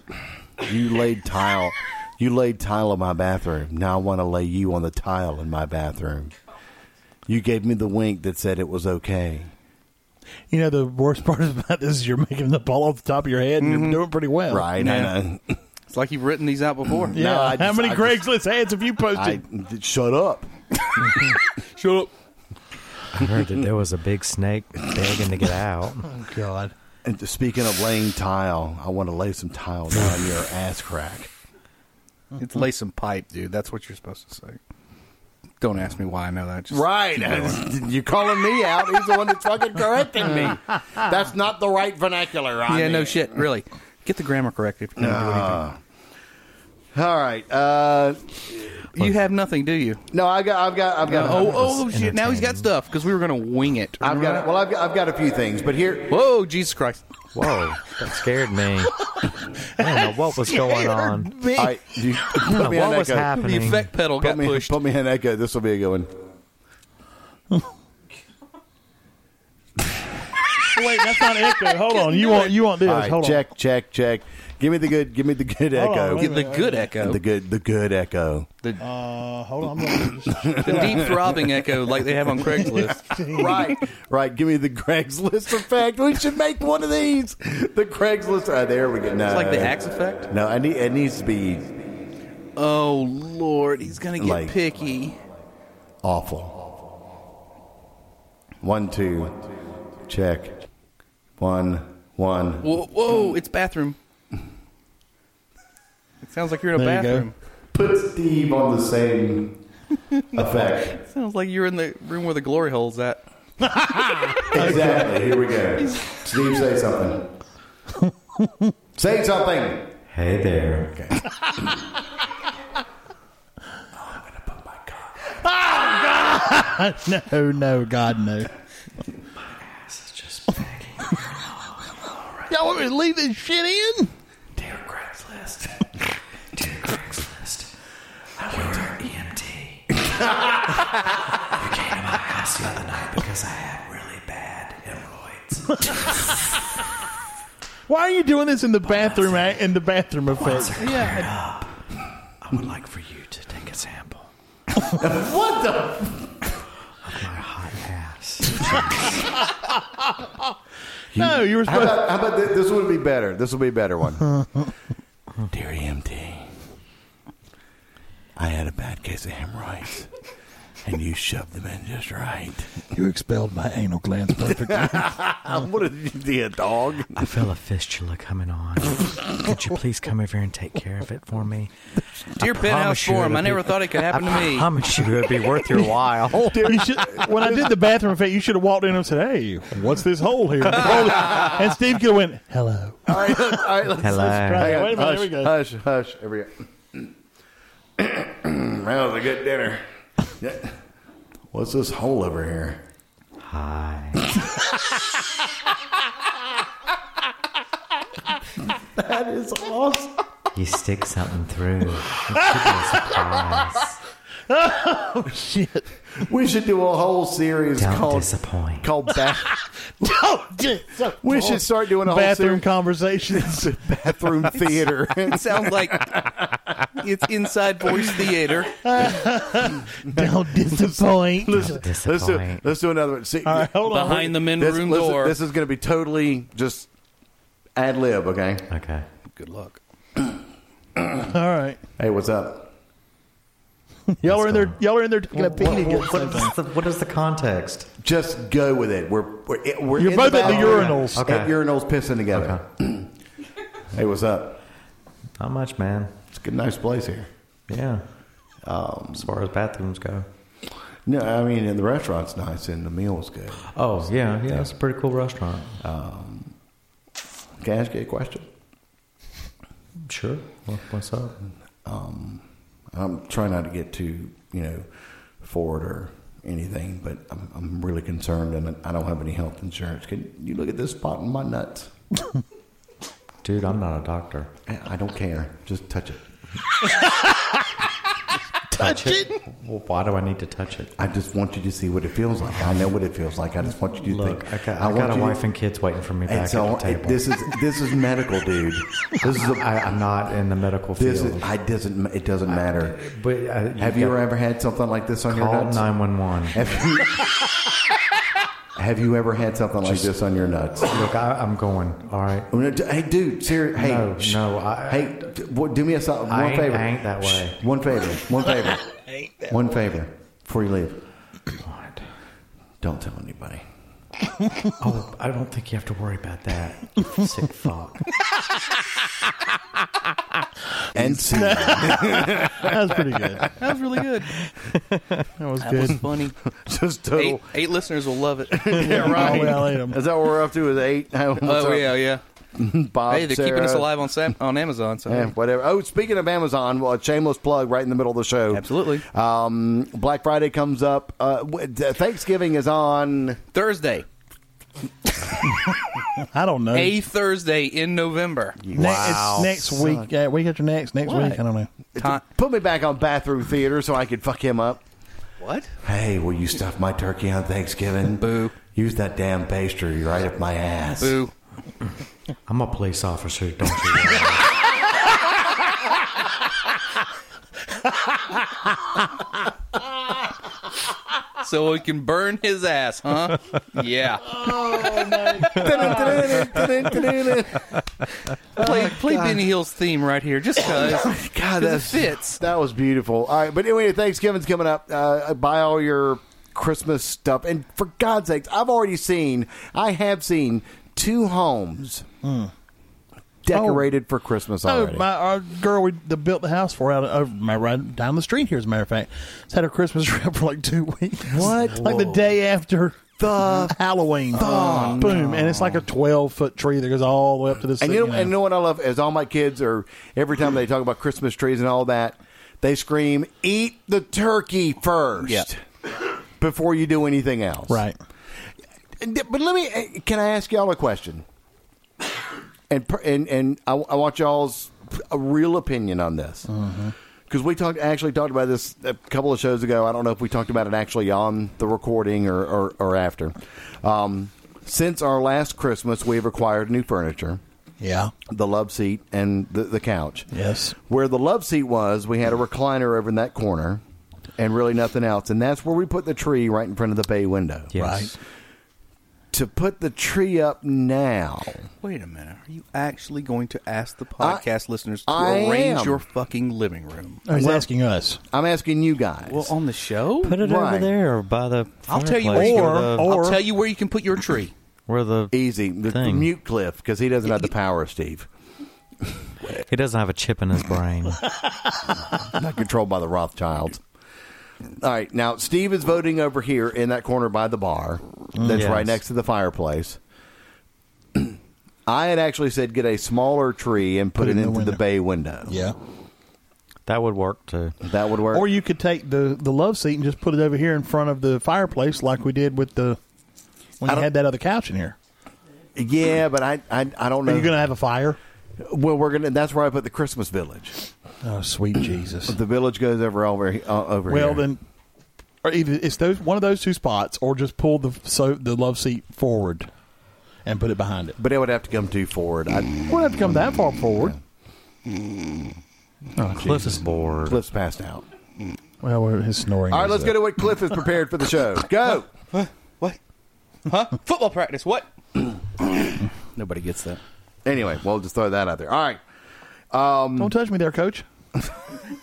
Speaker 1: you laid tile, you laid tile in my bathroom. Now I want to lay you on the tile in my bathroom. You gave me the wink that said it was okay.
Speaker 2: you know, the worst part about this is you're making the ball off the top of your head, and you're doing pretty
Speaker 5: Oh,
Speaker 2: well.
Speaker 1: Right?
Speaker 5: Yeah.
Speaker 1: And I,
Speaker 5: It's like you've written these out before.
Speaker 2: Yeah.
Speaker 1: No, I
Speaker 2: How
Speaker 1: just-
Speaker 2: many
Speaker 1: I
Speaker 2: Craigslist ads have you posted?
Speaker 1: I shut up.
Speaker 5: Shut up.
Speaker 3: I heard that there was a big snake begging to get out.
Speaker 2: oh God.
Speaker 1: And speaking of laying tile, I want to lay some tile down your ass crack.
Speaker 5: It's lay some pipe, dude. That's what you're supposed to say. Don't ask me why I know that. Just
Speaker 1: Right.
Speaker 5: keep going.
Speaker 1: You calling me out? He's the one that's fucking correcting me. That's not the right vernacular. I
Speaker 5: Yeah, no
Speaker 1: mean.
Speaker 5: shit. Really. Get the grammar correct if you're going to do anything.
Speaker 1: All right. Uh,
Speaker 5: You have nothing, do you?
Speaker 1: no, I got, I've got, I've got,
Speaker 5: Oh, oh, shit! Now he's got stuff because we were gonna wing it.
Speaker 1: I've got. Well, I've got, I've got a few things, but here,
Speaker 5: Whoa, Jesus Christ!
Speaker 3: Whoa, that scared me. I don't know what was going on.
Speaker 1: all right, you,
Speaker 3: I
Speaker 1: put
Speaker 3: don't
Speaker 1: me
Speaker 3: know
Speaker 1: on
Speaker 3: what was
Speaker 1: echo.
Speaker 5: The
Speaker 3: happening.
Speaker 5: effect pedal
Speaker 1: Put
Speaker 5: got
Speaker 1: me,
Speaker 5: pushed.
Speaker 1: put me in echo. This will be a good one.
Speaker 2: Wait, that's not echo. Hold on. You want you want this?
Speaker 1: All right,
Speaker 2: Hold
Speaker 1: check, check, check. Give me the good. Give me the good
Speaker 2: Hold
Speaker 1: echo.
Speaker 2: on, wait a
Speaker 5: Get the good echo,
Speaker 1: the
Speaker 5: the,
Speaker 1: good. The good echo.
Speaker 2: on. Uh, hold on. I'm gonna-
Speaker 5: deep throbbing echo, like they have on Craigslist.
Speaker 1: right, right. Give me the Craigslist effect. We should make one of these. The Craigslist. Uh, there we go. No,
Speaker 5: It's like the axe effect.
Speaker 1: No, I need, it needs to be
Speaker 5: Oh Lord, he's gonna get
Speaker 1: Like-
Speaker 5: picky.
Speaker 1: awful. One, two, check. One, one.
Speaker 5: Whoa, whoa it's bathroom. It sounds like you're in a
Speaker 2: There you go.
Speaker 5: bathroom.
Speaker 1: Put Steve on the same effect.
Speaker 5: Sounds like you're in the room where the glory hole's at.
Speaker 1: Exactly. Here we go. Steve, say something. say something.
Speaker 3: Hey there.
Speaker 2: no, Oh, no, God, no. Y'all want me to leave this shit in?
Speaker 4: E
Speaker 2: Why are you doing this in the bathroom? Right? In the bathroom effect? Yeah.
Speaker 4: I would like for you to take a sample.
Speaker 1: What the?
Speaker 2: No, you were
Speaker 1: How
Speaker 2: supposed.
Speaker 1: about, how about thi- this would be better? This will be a better one. Dear EMT, I had a bad case of hemorrhoids, and you shoved them in just right.
Speaker 2: You expelled my anal glands perfectly.
Speaker 1: what did you do, dog?
Speaker 3: I feel a fistula coming on. Could you please come over here and take care of it for me?
Speaker 5: Dear penthouse
Speaker 3: promise you
Speaker 5: forum,
Speaker 3: it'll
Speaker 5: I never
Speaker 3: be-
Speaker 5: thought it could happen to
Speaker 3: I
Speaker 5: me.
Speaker 3: promise you it'd be worth your while.
Speaker 2: You should, when I did the bathroom effect, you should have walked in and said, "Hey, what's this hole here?" and Steve could have went, "Hello."
Speaker 1: All right, all right let's,
Speaker 3: Hello.
Speaker 1: let's try
Speaker 2: Hey,
Speaker 1: it.
Speaker 2: wait a minute,
Speaker 1: hush,
Speaker 2: here we go.
Speaker 1: Hush, hush. Here we go. that was a good dinner. Yeah. What's this hole over here?
Speaker 3: Hi.
Speaker 1: That is awesome.
Speaker 3: You stick something through. It should be a surprise.
Speaker 2: Oh, Shit.
Speaker 1: We should do a whole series
Speaker 3: Don't
Speaker 1: called
Speaker 3: disappoint.
Speaker 1: called back.
Speaker 2: Oh, shit.
Speaker 1: We should start doing a whole
Speaker 2: bathroom
Speaker 1: series
Speaker 2: conversations.
Speaker 1: bathroom theater.
Speaker 5: It sounds like it's inside voice theater.
Speaker 2: Don't disappoint.
Speaker 3: Don't
Speaker 1: let's do
Speaker 3: disappoint.
Speaker 1: let's do another one. See,
Speaker 2: All right, hold on.
Speaker 5: Behind the men
Speaker 1: this,
Speaker 5: room
Speaker 1: listen,
Speaker 5: door.
Speaker 1: This is going to be totally just ad lib. Okay.
Speaker 3: Okay.
Speaker 5: Good luck.
Speaker 2: All right,
Speaker 1: Hey, what's up?
Speaker 2: y'all are in there. Y'all are in there taking a
Speaker 3: What,
Speaker 2: peek.
Speaker 3: what- what is the, what is the context?
Speaker 1: Just go with it. We're we're, we're
Speaker 2: You're
Speaker 1: in
Speaker 2: both at the
Speaker 1: bathroom.
Speaker 2: urinals.
Speaker 3: Okay.
Speaker 1: At urinals pissing together. hey, what's up?
Speaker 3: Not much, man.
Speaker 1: It's a good, nice place here.
Speaker 3: Yeah. as far as bathrooms go.
Speaker 1: No, I mean, and the restaurant's nice and the meal's good.
Speaker 3: Oh, yeah. Yeah, it's a pretty cool restaurant.
Speaker 1: Can I ask you a question?
Speaker 3: Sure. What, what's up?
Speaker 1: Mm. I'm trying not to get too, you know, forward or anything, but I'm, I'm really concerned and I don't have any health insurance. Can you look at this spot in my nuts?
Speaker 3: Dude, I'm not a doctor.
Speaker 1: I don't care. Just touch it.
Speaker 3: Touch it? Well, why do I need to touch it?
Speaker 1: I just want you to see what it feels like. I know what it feels like. I just want you to
Speaker 3: Look,
Speaker 1: think.
Speaker 3: I got, I
Speaker 1: want
Speaker 3: got a
Speaker 1: you to-
Speaker 3: wife and kids waiting for me back
Speaker 1: It's all,
Speaker 3: at the table.
Speaker 1: it- this is this is medical, dude. This is a,
Speaker 3: I, I'm not in the medical field.
Speaker 1: this is, I doesn't it doesn't matter.
Speaker 3: but uh,
Speaker 1: Have you ever had something like this on your
Speaker 3: call
Speaker 1: nuts?
Speaker 3: nine one one?
Speaker 1: Have you, have you ever had something like this on your nuts?
Speaker 3: Look, I, I'm going. All right.
Speaker 1: Oh, no, d- Hey, dude, serious. Hey,
Speaker 3: No,
Speaker 1: shh.
Speaker 3: no, I-
Speaker 1: hey, d- what- do me a so- one
Speaker 3: I ain't-
Speaker 1: favor.
Speaker 3: I ain't that
Speaker 1: Shh.
Speaker 3: way.
Speaker 1: One favor. One favor. one favor before you leave.
Speaker 3: What?
Speaker 1: Don't tell anybody.
Speaker 3: Oh, I don't think you have to worry about that. Sick fuck.
Speaker 1: And see.
Speaker 2: That was pretty good. That
Speaker 5: That was really good.
Speaker 2: was
Speaker 5: That was
Speaker 2: good.
Speaker 5: funny.
Speaker 1: just
Speaker 5: Eight,
Speaker 1: total.
Speaker 5: eight listeners will love it.
Speaker 2: Yeah, right.
Speaker 1: Is that what we're up to? Is eight?
Speaker 5: Oh yeah, yeah.
Speaker 1: Bob,
Speaker 5: Hey, they're keeping us
Speaker 1: Sarah,
Speaker 5: alive on Sam- on Amazon. So
Speaker 1: and whatever. Oh, speaking of Amazon, well, a shameless plug right in the middle of the show.
Speaker 5: Absolutely.
Speaker 1: Um, Black Friday comes up. Uh, w- Thanksgiving is on.
Speaker 5: Thursday,
Speaker 2: I don't know.
Speaker 5: a Thursday in November.
Speaker 2: Ne- it's next week. Uh, week after next. Next week. I don't know.
Speaker 5: Ti-
Speaker 1: Put me back on bathroom theater so I could fuck him up.
Speaker 5: what?
Speaker 1: Hey, will you stuff my turkey on Thanksgiving?
Speaker 5: Boo.
Speaker 1: Use that damn pastry right up my ass.
Speaker 5: Boo.
Speaker 3: I'm a police officer, don't you? worry.
Speaker 5: So we can burn his ass, huh? yeah. Play, play Benny Hill's theme right here, just because.
Speaker 1: God,
Speaker 5: it
Speaker 1: that's
Speaker 5: fits.
Speaker 1: That was beautiful. All right, but anyway, Thanksgiving's coming up. Uh, buy all your Christmas stuff, and for God's sakes, I've already seen. I have seen two homes decorated for Christmas
Speaker 2: Hmm. Oh,
Speaker 1: already.
Speaker 2: my our girl we the built the house for out of oh, my right down the street here. As a matter of fact, it's had her Christmas trip for like two weeks. What? like the day after the Halloween. Boom, and it's like a twelve foot tree that goes all the way up to the.
Speaker 1: and you know,
Speaker 2: ceiling.
Speaker 1: and you know what I love is all my kids are every time they talk about Christmas trees and all that, they scream, "Eat the turkey first
Speaker 5: Yeah.
Speaker 1: before you do anything else."
Speaker 2: right.
Speaker 1: And th- But let me. eh, Can I ask y'all a question? And per- and and I, I want y'all's a real opinion on this because we talked actually talked about this a couple of shows ago. I don't know if we talked about it actually on the recording or or, or after. Um, since our last Christmas, we've acquired new furniture,
Speaker 2: Yeah.
Speaker 1: the love seat and the, the couch.
Speaker 2: Yes.
Speaker 1: Where the love seat was, we had a recliner over in that corner, and really nothing else. And that's where we put the tree right in front of the bay window
Speaker 3: Yes.
Speaker 1: to put the tree up now.
Speaker 5: Wait a minute. Are you actually going to ask the podcast listeners to
Speaker 1: I
Speaker 5: arrange
Speaker 1: am.
Speaker 5: your fucking living room?
Speaker 2: Oh, he's asking us.
Speaker 1: I'm asking you guys.
Speaker 5: Well, on the show,
Speaker 3: Put it
Speaker 1: Why?
Speaker 3: over there by the.
Speaker 5: I'll tell you where
Speaker 3: fireplace
Speaker 5: you
Speaker 2: Or-
Speaker 3: the,
Speaker 2: or-
Speaker 5: I'll tell you where you can put your tree.
Speaker 3: where the
Speaker 1: Easy. The, the
Speaker 3: Thing.
Speaker 1: mute Cliff because he doesn't have the power, Steve.
Speaker 3: he doesn't have a chip in his brain.
Speaker 1: Not controlled by the Rothschilds. All right, now Steve is voting over here in that corner by the bar. That's
Speaker 3: yes.
Speaker 1: right next to the fireplace. I had actually said get a smaller tree and put,
Speaker 2: Put
Speaker 1: it,
Speaker 2: it in the
Speaker 1: into the,
Speaker 2: window.
Speaker 1: bay window.
Speaker 2: Yeah.
Speaker 3: that would work too.
Speaker 1: That would work.
Speaker 2: Or you could take the the love seat and just put it over here in front of the fireplace, like we did with the when
Speaker 1: I
Speaker 2: you
Speaker 1: don't-
Speaker 2: had that other couch in here.
Speaker 1: yeah, but I I, I don't
Speaker 2: Are
Speaker 1: know.
Speaker 2: you going to have a fire?
Speaker 1: well, we're gonna. That's where I put the Christmas village.
Speaker 2: Oh, sweet Jesus!
Speaker 1: The village goes over over he- uh, over here.
Speaker 2: well, then, or either it's those one of those two spots, or just pull the so the love seat forward and put it behind it.
Speaker 1: but it would have to come too forward. I,
Speaker 2: Wouldn't have to come that far forward. Oh,
Speaker 3: Cliff is bored.
Speaker 1: Cliff's passed out.
Speaker 2: Jesus. Well, we're- his snoring.
Speaker 1: All right,
Speaker 2: is
Speaker 1: let's
Speaker 2: up.
Speaker 1: go to what Cliff is prepared for the show. Go.
Speaker 5: What? Huh? Football practice. What? Nobody gets that.
Speaker 1: Anyway, we'll just throw that out there. All right.
Speaker 2: Don't touch me there, Coach.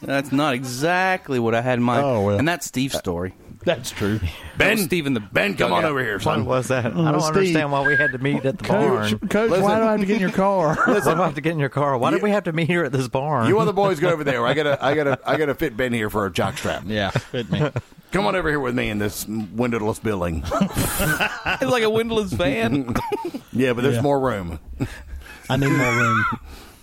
Speaker 5: That's not exactly what I had in mind.
Speaker 2: Oh, well.
Speaker 5: And that's Steve's story.
Speaker 2: That's true.
Speaker 5: Uh, Ben, Steven the Ben, come on over here.
Speaker 3: What was that? I don't
Speaker 2: Steve.
Speaker 3: understand why we had to meet at the
Speaker 2: Coach,
Speaker 3: barn.
Speaker 2: Coach
Speaker 1: Listen.
Speaker 2: why do I have to get in your car?
Speaker 3: Why do I have to get in your car? Why did we have to meet here at this barn?
Speaker 1: You other boys go over there. I gotta, I gotta, I gotta fit Ben here for a jock strap.
Speaker 2: yeah, fit me.
Speaker 1: Come on over here with me in this windowless building.
Speaker 5: It's like a windowless van.
Speaker 1: Yeah, but there's
Speaker 2: Yeah.
Speaker 1: more room,
Speaker 2: I need more room.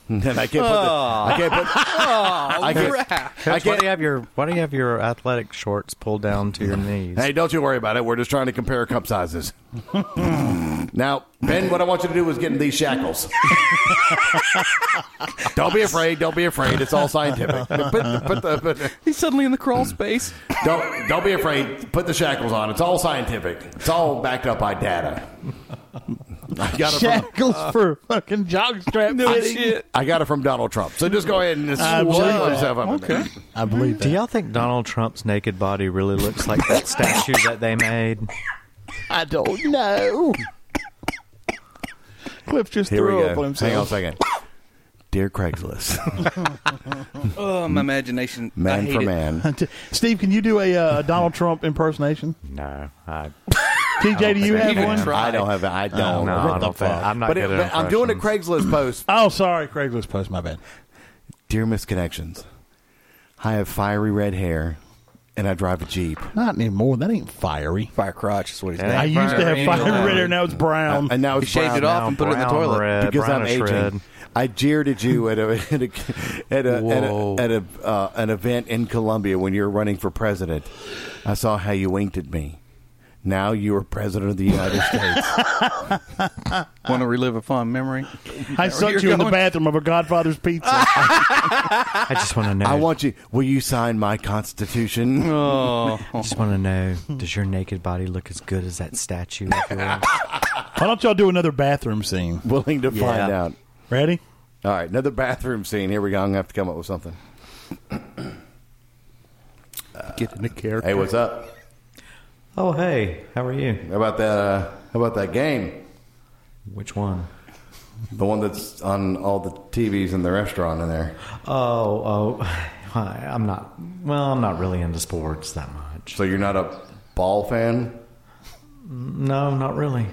Speaker 1: and I can't put. The, I can't put.
Speaker 5: Oh,
Speaker 1: I can't. I
Speaker 3: Coach, why do you
Speaker 1: can't
Speaker 3: have your Why do you have your athletic shorts pulled down to your knees?
Speaker 1: hey, don't you worry about it. We're just trying to compare cup sizes. now, Ben, what I want you to do is get in these shackles. don't be afraid. Don't be afraid. It's all scientific. Put, the- put the, put the,
Speaker 5: He's suddenly in the crawl space.
Speaker 1: Don't don't be afraid. Put the shackles on. It's all scientific. It's all backed up by data. I got it from
Speaker 2: Shackles for fucking jogstrap.
Speaker 5: No
Speaker 2: fitting.
Speaker 5: shit.
Speaker 1: I got it from Donald Trump. So just go ahead and just
Speaker 2: I believe
Speaker 1: shut
Speaker 2: it.
Speaker 1: yourself up.
Speaker 5: Okay.
Speaker 2: I believe that.
Speaker 3: Do y'all think Donald Trump's naked body really looks like that statue that they made?
Speaker 2: I don't know. Cliff just
Speaker 1: Here
Speaker 2: threw
Speaker 1: we
Speaker 2: up on
Speaker 1: go.
Speaker 2: himself.
Speaker 1: Hang on a second. Dear Craigslist,
Speaker 5: Oh, my imagination. I
Speaker 1: man
Speaker 5: hate
Speaker 1: for
Speaker 5: it.
Speaker 1: man.
Speaker 2: T- Steve, can you do a uh, Donald Trump impersonation?
Speaker 3: No, I,
Speaker 2: TJ, do you
Speaker 3: think
Speaker 2: have
Speaker 5: I
Speaker 2: one?
Speaker 5: can.
Speaker 1: I don't have. I
Speaker 3: no,
Speaker 1: don't.
Speaker 3: I
Speaker 1: what the
Speaker 3: don't think,
Speaker 1: fuck?
Speaker 3: I'm not
Speaker 1: But,
Speaker 3: good
Speaker 1: it,
Speaker 3: at
Speaker 1: but I'm doing a
Speaker 3: impressions.
Speaker 1: Craigslist post.
Speaker 2: Oh, sorry, Craigslist post. My bad.
Speaker 1: Dear Misconnections, I have fiery red hair and I drive a Jeep.
Speaker 2: Not anymore. That ain't fiery.
Speaker 5: Fire crotch is what he's
Speaker 2: I
Speaker 5: named.
Speaker 2: used to have
Speaker 3: fiery.
Speaker 2: fire red hair. Now it's brown.
Speaker 1: Uh, And now
Speaker 5: He
Speaker 1: it's
Speaker 5: shaved
Speaker 1: brown
Speaker 5: it off
Speaker 1: now
Speaker 5: and put it in the
Speaker 3: brown
Speaker 5: toilet.
Speaker 3: red,
Speaker 1: because I'm
Speaker 3: brownish
Speaker 1: aging.
Speaker 3: red.
Speaker 1: I jeered at you at a at a at a, at
Speaker 5: Whoa.
Speaker 1: a, at a uh, an event in Colombia when you were running for president. I saw how you winked at me. Now you are president of the United States.
Speaker 5: Want to relive a fond memory?
Speaker 2: I
Speaker 5: you're
Speaker 2: sucked you in the
Speaker 5: going?
Speaker 2: bathroom of a Godfather's pizza.
Speaker 3: I just want to know.
Speaker 1: I want you. Will you sign my constitution?
Speaker 5: Oh,
Speaker 3: I just want to know. Does your naked body look as good as that statue? of yours?
Speaker 2: Why don't y'all do another bathroom scene?
Speaker 1: Willing to find
Speaker 5: Yeah.
Speaker 1: out.
Speaker 2: Ready?
Speaker 1: All right, another bathroom scene. Here we go. I'm gonna have to come up with something.
Speaker 5: get in the character.
Speaker 1: Hey, what's up?
Speaker 3: oh, hey, how are you?
Speaker 1: How about that? Uh, how about that game?
Speaker 3: Which one?
Speaker 1: The one that's on all the TVs in the restaurant in there.
Speaker 3: Oh, oh, I- I'm not. Well, I'm not really into sports that much.
Speaker 1: So you're not a ball fan.
Speaker 3: No, not really.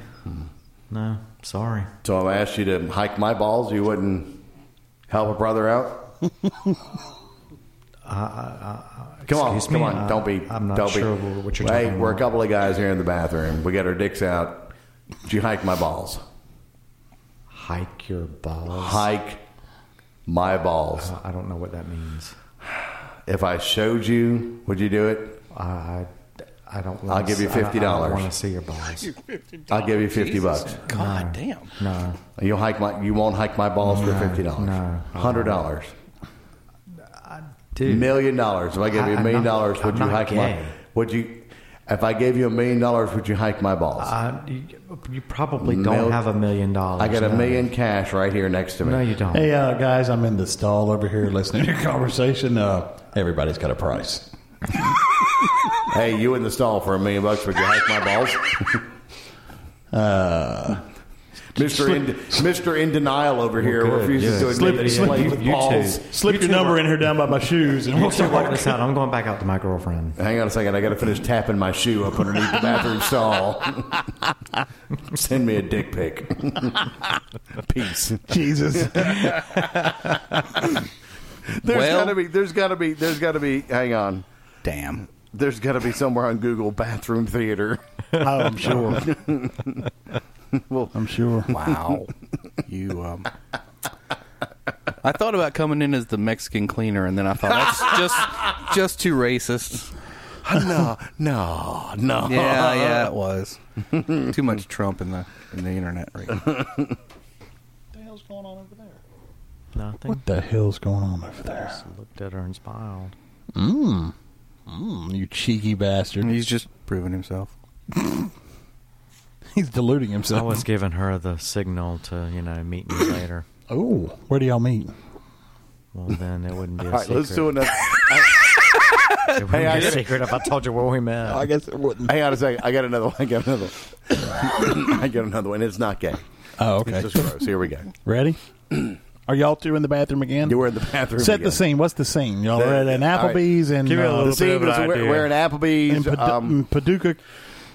Speaker 3: No, sorry.
Speaker 1: So I asked you to hike my balls. You wouldn't help a brother out.
Speaker 3: Uh,
Speaker 1: come on,
Speaker 3: excuse
Speaker 1: come
Speaker 3: me?
Speaker 1: on!
Speaker 3: Uh,
Speaker 1: Don't be.
Speaker 3: I'm not
Speaker 1: don't be-
Speaker 3: sure what you're
Speaker 1: Hey,
Speaker 3: talking
Speaker 1: we're a
Speaker 3: about.
Speaker 1: couple of guys here in the bathroom. We got our dicks out. Did you hike my balls?
Speaker 3: Hike your balls.
Speaker 1: Hike my balls.
Speaker 3: I don't know what that means.
Speaker 1: If I showed you, would you do it?
Speaker 3: I, I don't.
Speaker 1: I'll give you $50.
Speaker 3: want to see your balls.
Speaker 1: I'll give you fifty bucks.
Speaker 5: God damn.
Speaker 3: No,
Speaker 1: You'll hike my. You won't hike my balls for fifty dollars.
Speaker 3: no.
Speaker 1: Hundred dollars.
Speaker 3: dude.
Speaker 1: Million dollars. If I gave you
Speaker 3: I-
Speaker 1: a
Speaker 3: I'm
Speaker 1: million
Speaker 3: not-
Speaker 1: dollars, would
Speaker 3: I'm
Speaker 1: you
Speaker 3: not
Speaker 1: hike my?
Speaker 3: gay.
Speaker 1: Would you? If I gave you a million dollars, would you hike my balls?
Speaker 3: Uh, you, you probably don't
Speaker 1: Mil-
Speaker 3: have a million dollars.
Speaker 1: I got a
Speaker 3: no.
Speaker 1: million cash right here next to me.
Speaker 3: No, you don't.
Speaker 2: Hey, uh, guys, I'm in the stall over here listening to your conversation. Uh, everybody's got a price.
Speaker 1: Hey, you in the stall for a million bucks? Would you hike my balls? Mr. In, Mr. In denial over here
Speaker 3: good,
Speaker 1: refuses
Speaker 3: yeah.
Speaker 1: to admit
Speaker 3: Slip-
Speaker 1: that he's
Speaker 3: slip-
Speaker 1: played
Speaker 3: you-
Speaker 1: with
Speaker 3: you
Speaker 1: balls.
Speaker 3: two.
Speaker 2: Slip your number in here down by my shoes, and
Speaker 3: You
Speaker 2: we'll
Speaker 3: two work this out. I'm going back out to my girlfriend.
Speaker 1: Hang on a second. I got to finish tapping my shoe up underneath the bathroom stall. Send me a dick pic. Peace.
Speaker 2: Jesus.
Speaker 1: There's
Speaker 5: Well-
Speaker 1: gotta be. There's gotta be. There's gotta be. Hang on.
Speaker 5: Damn.
Speaker 1: There's gotta be somewhere on Google bathroom theater.
Speaker 2: Oh, I'm sure.
Speaker 1: Well-
Speaker 2: I'm sure.
Speaker 5: Wow. you. Um, I thought about coming in as the Mexican cleaner, and then I thought that's just just too racist.
Speaker 1: no, no, no.
Speaker 5: Yeah, yeah, it was. too much Trump in the in the internet right now.
Speaker 3: Nothing.
Speaker 2: What the hell's going on over there?
Speaker 3: Looked at her and smiled.
Speaker 2: Mm, Mmm. you cheeky bastard.
Speaker 5: He's just proving himself.
Speaker 2: He's deluding
Speaker 3: I
Speaker 2: himself.
Speaker 3: was giving her the signal to you know meet me later.
Speaker 2: oh, where do y'all meet?
Speaker 3: Well, then it wouldn't be a
Speaker 1: All right,
Speaker 3: secret.
Speaker 1: let's do another.
Speaker 3: It wouldn't
Speaker 1: I
Speaker 3: be a
Speaker 1: gotta-
Speaker 3: secret if I told you where we met.
Speaker 2: guess it wouldn't.
Speaker 1: Hang on a second. I got another one. I got another one. I got another one. It's not gay.
Speaker 2: Oh, okay.
Speaker 1: It's just gross. Here we go.
Speaker 2: Ready? Are y'all two in the bathroom again?
Speaker 1: You were in the bathroom.
Speaker 2: Set
Speaker 1: again.
Speaker 2: the scene. What's the scene? Y'all
Speaker 1: The-
Speaker 2: are at an
Speaker 1: all right.
Speaker 2: Applebee's and
Speaker 3: Give me
Speaker 2: uh,
Speaker 3: a
Speaker 1: The
Speaker 3: little-
Speaker 1: scene
Speaker 3: bit of
Speaker 1: was
Speaker 3: an
Speaker 1: we're,
Speaker 3: idea.
Speaker 1: we're in
Speaker 2: in
Speaker 1: Applebee's,
Speaker 2: Padu-
Speaker 1: um,
Speaker 2: Paducah.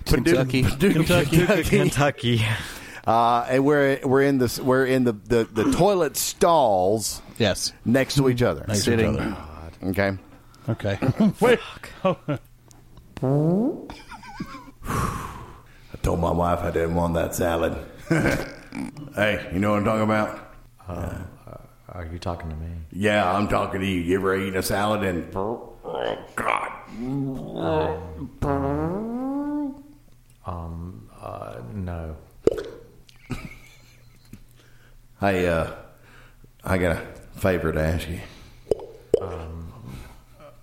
Speaker 5: Kentucky.
Speaker 1: Paducah, Kentucky.
Speaker 3: Kentucky.
Speaker 1: Uh, and we're we're in this we're in the, the, the toilet stalls
Speaker 2: Yes.
Speaker 1: next to each other.
Speaker 2: Next to each
Speaker 5: Sitting.
Speaker 2: other.
Speaker 1: Okay.
Speaker 2: Okay. Wait.
Speaker 1: I told my wife I didn't want that salad. hey, you know what I'm talking about?
Speaker 3: Are you talking to me?
Speaker 1: Yeah, I'm talking to you. You ever eaten a salad and God?
Speaker 3: Uh, no.
Speaker 1: Hey, uh, I got a favor to ask you.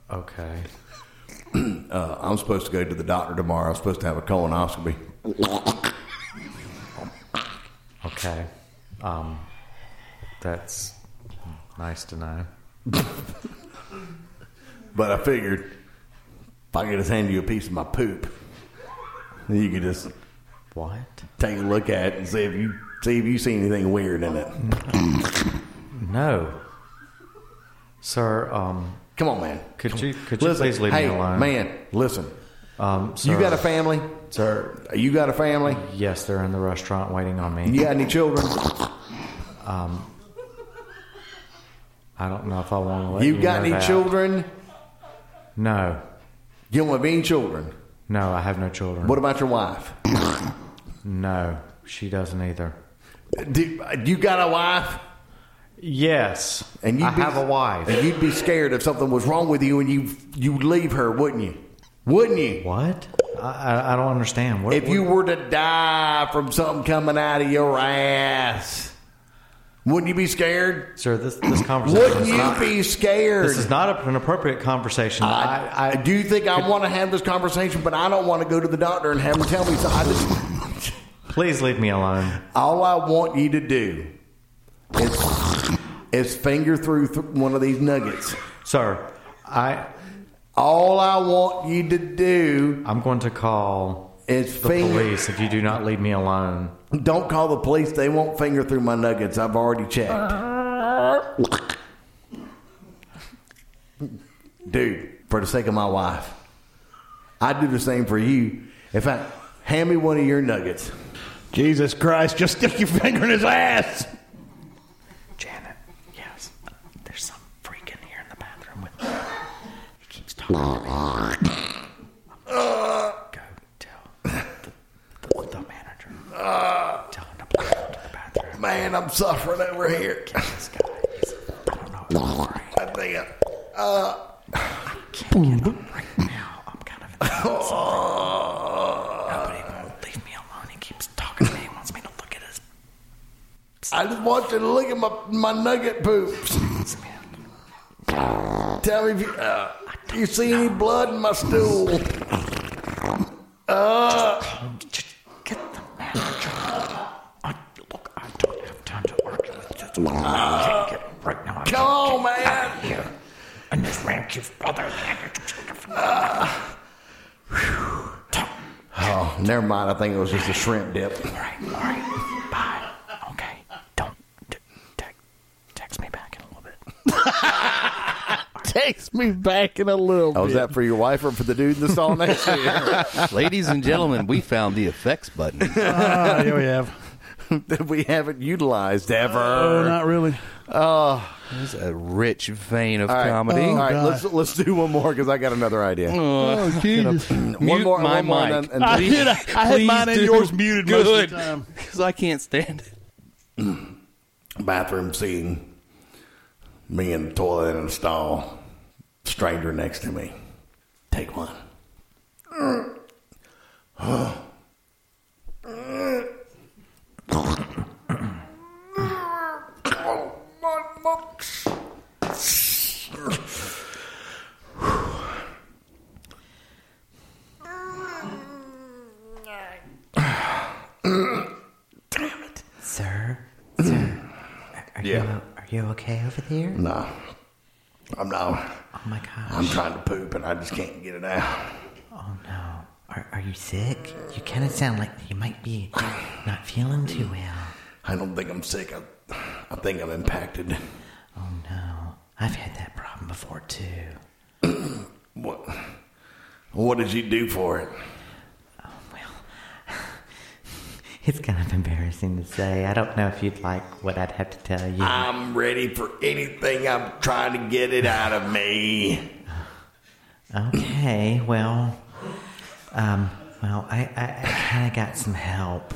Speaker 3: Okay.
Speaker 1: Uh, I'm supposed to go to the doctor tomorrow. I'm supposed to have a colonoscopy.
Speaker 3: Okay. Um, that's nice to know.
Speaker 1: But I figured if I could just hand you a piece of my poop, then you could just
Speaker 3: What?
Speaker 1: take a look at it and see if you see if you see anything weird in it.
Speaker 3: No. Sir, um,
Speaker 1: Come on, man.
Speaker 3: could you could you
Speaker 1: Listen,
Speaker 3: please leave
Speaker 1: hey,
Speaker 3: me alone?
Speaker 1: man, listen.
Speaker 3: Um, sir,
Speaker 1: You got a family, sir? You got a family?
Speaker 3: Yes, they're in the restaurant waiting on me.
Speaker 1: You got any children?
Speaker 3: I don't know if I want to let you
Speaker 1: You got
Speaker 3: know
Speaker 1: any
Speaker 3: that.
Speaker 1: children?
Speaker 3: No.
Speaker 1: You don't have any children.
Speaker 3: No, I have no children.
Speaker 1: What about your wife?
Speaker 3: No, she doesn't either.
Speaker 1: Do, you got a wife?
Speaker 3: Yes,
Speaker 1: And you
Speaker 3: I have a wife.
Speaker 1: And you'd be scared if something was wrong with you and you you leave her, wouldn't you? Wouldn't you?
Speaker 3: what? I, I, I don't understand. What,
Speaker 1: If you were to die from something coming out of your ass, wouldn't you be scared?
Speaker 3: sir, this this conversation
Speaker 1: Wouldn't
Speaker 3: is
Speaker 1: you
Speaker 3: not.
Speaker 1: be scared?
Speaker 3: This is not an appropriate conversation.
Speaker 1: I,
Speaker 3: I, I,
Speaker 1: do you think I want to have this conversation, but I don't want to go to the doctor and have him tell me. So I just,
Speaker 3: please leave me alone.
Speaker 1: all I want you to do is, is finger through th- one of these nuggets.
Speaker 3: Sir, I
Speaker 1: All I want you to do
Speaker 3: I'm going to call
Speaker 1: is
Speaker 3: the
Speaker 1: finger.
Speaker 3: police if you do not leave me alone.
Speaker 1: Don't call the police. They won't finger through my nuggets. I've already checked. Dude, for the sake of my wife, I'd do the same for you. In fact, hand me one of your nuggets.
Speaker 2: Jesus Christ, just stick your finger in his ass.
Speaker 6: Janet, yes. There's some freak in here in the bathroom with me. He keeps talking to me. I'm just- Go tell the, the, the manager. Tell him to bring him to the bathroom.
Speaker 1: Man, I'm suffering over here.
Speaker 6: This guy, he's, I don't know. It's all right.
Speaker 1: I think I-
Speaker 6: Right now, I'm kind of in the middle of something. Nobody won't leave me alone. He keeps talking to me. He wants me to look at his
Speaker 1: I just want you to look at my, my nugget poops. Tell me if you, uh, do you see any blood in my stool.
Speaker 6: Just get the manager. I, look, I don't have time to argue with this. I can't get it right now. I
Speaker 1: Come on, man.
Speaker 6: can't hear. And this rank is brother manager.
Speaker 1: Oh, never mind. I think it was just a shrimp dip.
Speaker 6: All right, all right. Bye. Okay. Don't t- te- text me back in a little bit.
Speaker 2: Takes me back in a little
Speaker 1: Oh, is that for your wife or for the dude that's all next to you?
Speaker 5: Ladies and gentlemen, we found the effects button.
Speaker 2: Ah, yeah, we have.
Speaker 1: that we haven't utilized ever.
Speaker 2: Oh, not really.
Speaker 5: It's a rich vein of
Speaker 1: all right,
Speaker 5: comedy.
Speaker 1: all right
Speaker 2: God.
Speaker 1: let's let's do one more because I got another idea.
Speaker 2: Oh, Jesus.
Speaker 1: one
Speaker 5: Mute
Speaker 1: more,
Speaker 5: my
Speaker 1: one more,
Speaker 5: mic.
Speaker 1: and- and
Speaker 2: I,
Speaker 1: please-
Speaker 2: did, I, I had
Speaker 5: please
Speaker 2: mine and
Speaker 5: do.
Speaker 2: yours muted most of
Speaker 5: Good,
Speaker 2: the time.
Speaker 5: because I can't stand it.
Speaker 1: bathroom scene. Me in the toilet in a stall. Stranger next to me. Take one.
Speaker 6: Sir? Sir? Are,
Speaker 1: Yeah.
Speaker 6: are you okay over there?
Speaker 1: Nah, I'm not.
Speaker 6: Oh my gosh.
Speaker 1: I'm trying to poop and I just can't get it out.
Speaker 6: Oh no. Are, are you sick? You kind of sound like you might be not feeling too well.
Speaker 1: I don't think I'm sick. I, I think I'm impacted.
Speaker 6: Oh no. I've had that problem before too.
Speaker 1: What? What did you do for it?
Speaker 6: Well, it's kind of embarrassing to say. I don't know if you'd like what I'd have to tell you.
Speaker 1: I'm ready for anything. I'm trying to get it out of me.
Speaker 6: okay, well, um, well, I, I, I kind of got some help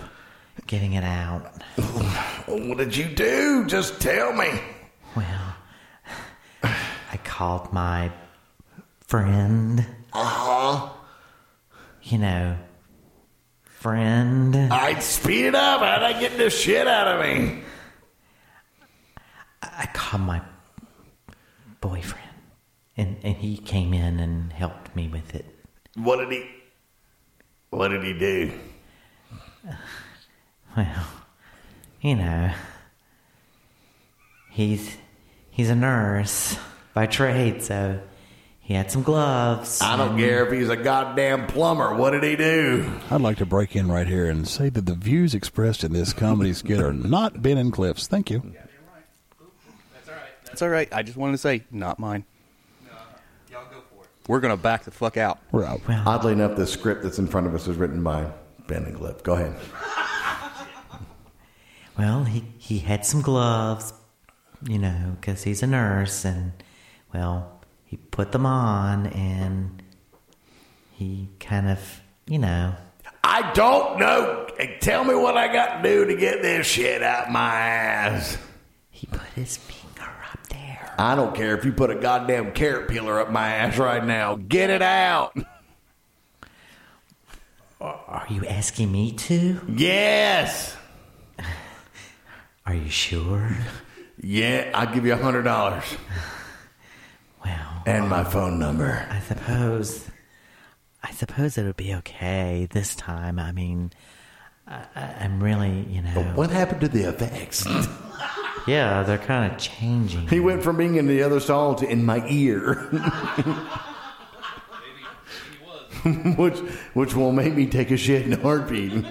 Speaker 6: getting it out.
Speaker 1: What did you do? Just tell me.
Speaker 6: Well, I called my friend.
Speaker 1: Uh huh.
Speaker 6: You know, friend.
Speaker 1: I speed it up. How'd I get this shit out of me?
Speaker 6: I called my boyfriend, and, and he came in and helped me with it.
Speaker 1: What did he? What did he do?
Speaker 6: Well, you know, he's he's a nurse by trade, so he had some gloves.
Speaker 1: I don't care if he's a goddamn plumber. What did he do?
Speaker 2: I'd like to break in right here and say that the views expressed in this comedy skit are not Ben and Cliff's. Thank you.
Speaker 5: That's all right. uh, I just wanted to say, not mine. We're gonna back the fuck out.
Speaker 2: We're out.
Speaker 1: Oddly enough, the script that's in front of us was written by Ben and Cliff. Go ahead.
Speaker 6: Well, he he had some gloves, you know, because he's a nurse, and well, he put them on, and he kind of, you know,
Speaker 1: I don't know. Tell me what I got to do to get this shit out my ass.
Speaker 6: he put his finger up there.
Speaker 1: I don't care if you put a goddamn carrot peeler up my ass right now. Get it out.
Speaker 6: Are you asking me to?
Speaker 1: Yes.
Speaker 6: Are you sure?
Speaker 1: Yeah, I'll give you a hundred dollars
Speaker 6: Well,
Speaker 1: and my phone number.
Speaker 6: I suppose, I suppose it would be okay this time. I mean, I, I- I'm really, you know,
Speaker 1: What happened to the effects?
Speaker 6: Oh, yeah, they're kind of changing.
Speaker 1: He went from being in the other stall to in my ear. which which will make me take a shit in a heartbeat.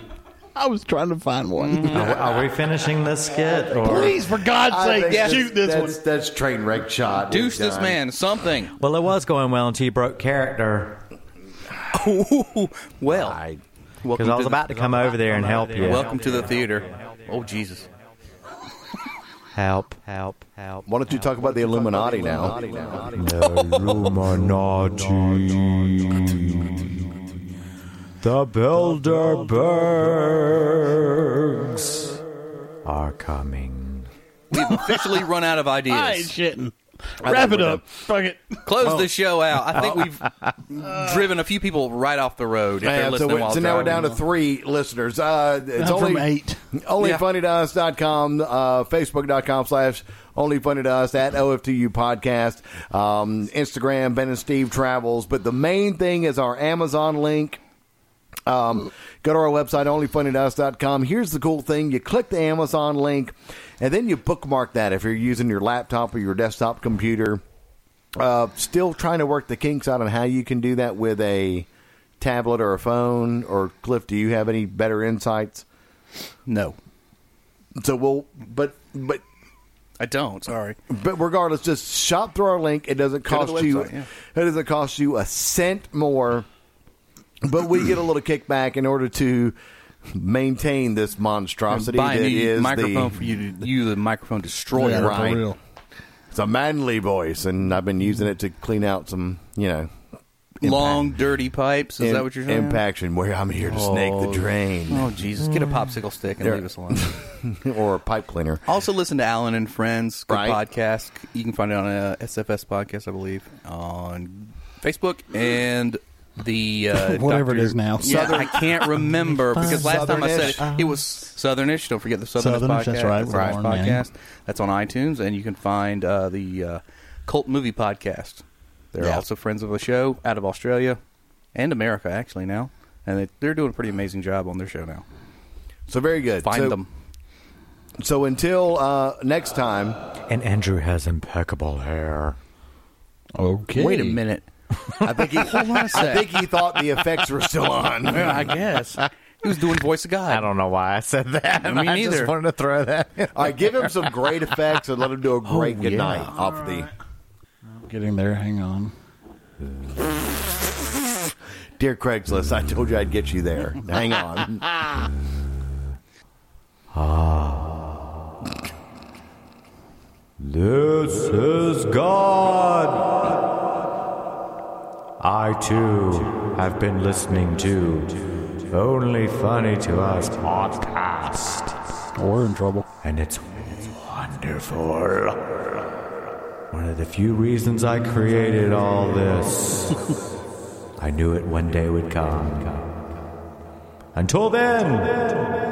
Speaker 2: I was trying to find one.
Speaker 3: Are, are we finishing this skit? Or?
Speaker 2: Please, for God's sake, shoot this
Speaker 1: that's, That's train wreck shot.
Speaker 5: Deuce this
Speaker 1: Done.
Speaker 5: man something.
Speaker 3: Well, it was going well until you broke character
Speaker 5: well,
Speaker 3: because I was about to come over there and help you.
Speaker 5: Welcome to the theater. Oh Jesus!
Speaker 3: Help, help, help.
Speaker 1: Why don't you talk about the Illuminati now?
Speaker 3: Illuminati. The Bilderbergs are coming.
Speaker 5: We've officially run out of
Speaker 2: one. I ain't
Speaker 5: ideas.
Speaker 2: shitting. Wrap it up. Fuck it.
Speaker 5: Close the show out. I think we've driven a few people right off the road. If they're
Speaker 1: Yeah, so
Speaker 5: listening
Speaker 1: we-
Speaker 5: while
Speaker 1: so now we're down to
Speaker 5: driving.
Speaker 1: three listeners. Uh, it's
Speaker 2: I'm
Speaker 1: only
Speaker 2: from eight.
Speaker 1: Only
Speaker 5: Yeah.
Speaker 1: funny to us.com, uh, facebook.com slash only funny to us at OFTU podcast, um, Instagram, Ben and Steve travels. But the main thing is our Amazon link. Um, go to our website, onlyfunnytous.com. Here's the cool thing. You click the Amazon link and then you bookmark that if you're using your laptop or your desktop computer. Uh, still trying to work the kinks out on how you can do that with a tablet or a phone. Or Cliff, do you have any better insights?
Speaker 5: no,
Speaker 1: So we'll, but but
Speaker 5: I don't. Sorry.
Speaker 1: but regardless, just shop through our link. It doesn't
Speaker 5: Go to
Speaker 1: cost
Speaker 5: the
Speaker 1: you.
Speaker 5: website, yeah.
Speaker 1: It doesn't cost you a cent more, but we get a little kickback in order to maintain this monstrosity
Speaker 5: Buy a
Speaker 1: that
Speaker 5: new
Speaker 1: is the
Speaker 5: microphone for you, to, you the microphone destroyer.
Speaker 1: Yeah,
Speaker 2: for
Speaker 1: right.
Speaker 2: real.
Speaker 1: it's a manly voice, and I've been using it to clean out some you know
Speaker 5: Long, dirty pipes. Is
Speaker 1: im-
Speaker 5: that what you're saying?
Speaker 1: impaction where I'm here to snake the drain
Speaker 5: Oh Jesus! Get a popsicle stick and
Speaker 1: There.
Speaker 5: leave us alone. Oh.
Speaker 1: or a pipe cleaner.
Speaker 5: also, listen to Alan and Friends good
Speaker 1: Right.
Speaker 5: podcast. You can find it on uh, SFS podcast, I believe, on Facebook and the uh,
Speaker 2: Whatever it
Speaker 5: Dr.
Speaker 2: is now.
Speaker 5: Yeah, I can't remember because last time I said it, it was Southernish. Don't forget the Southernish,
Speaker 2: Southernish,
Speaker 5: podcast.
Speaker 2: that's right, with
Speaker 5: our
Speaker 2: Lauren Manning.
Speaker 5: podcast. That's on iTunes, and you can find uh, the uh, Cult Movie Podcast. They're
Speaker 1: Yeah.
Speaker 5: also friends of the show out of Australia and America, actually now, and they, they're doing a pretty amazing job on their show now.
Speaker 1: So very good.
Speaker 5: Find
Speaker 1: so,
Speaker 5: them.
Speaker 1: So until uh, next time.
Speaker 3: And Andrew has impeccable hair.
Speaker 2: Okay.
Speaker 5: Wait a minute.
Speaker 1: I think he, I think he thought the effects were still on.
Speaker 5: I guess he was doing voice of God.
Speaker 3: I don't know why I said that.
Speaker 5: Me
Speaker 3: I
Speaker 5: neither.
Speaker 3: just wanted to throw that. in. Oh,
Speaker 1: All right, give him some great effects and let him do a great good night off the.
Speaker 2: Getting there. Hang on.
Speaker 1: Dear Craigslist, I told you I'd get you there. Hang on.
Speaker 3: This is God. I too have been listening to Only Funny to Us podcast,
Speaker 2: We're in trouble.
Speaker 3: and it's wonderful. One of the few reasons I created all this, I knew it one day would come. Until then,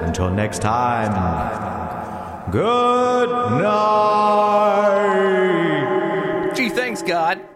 Speaker 3: until next time, good night.
Speaker 5: Gee, thanks God.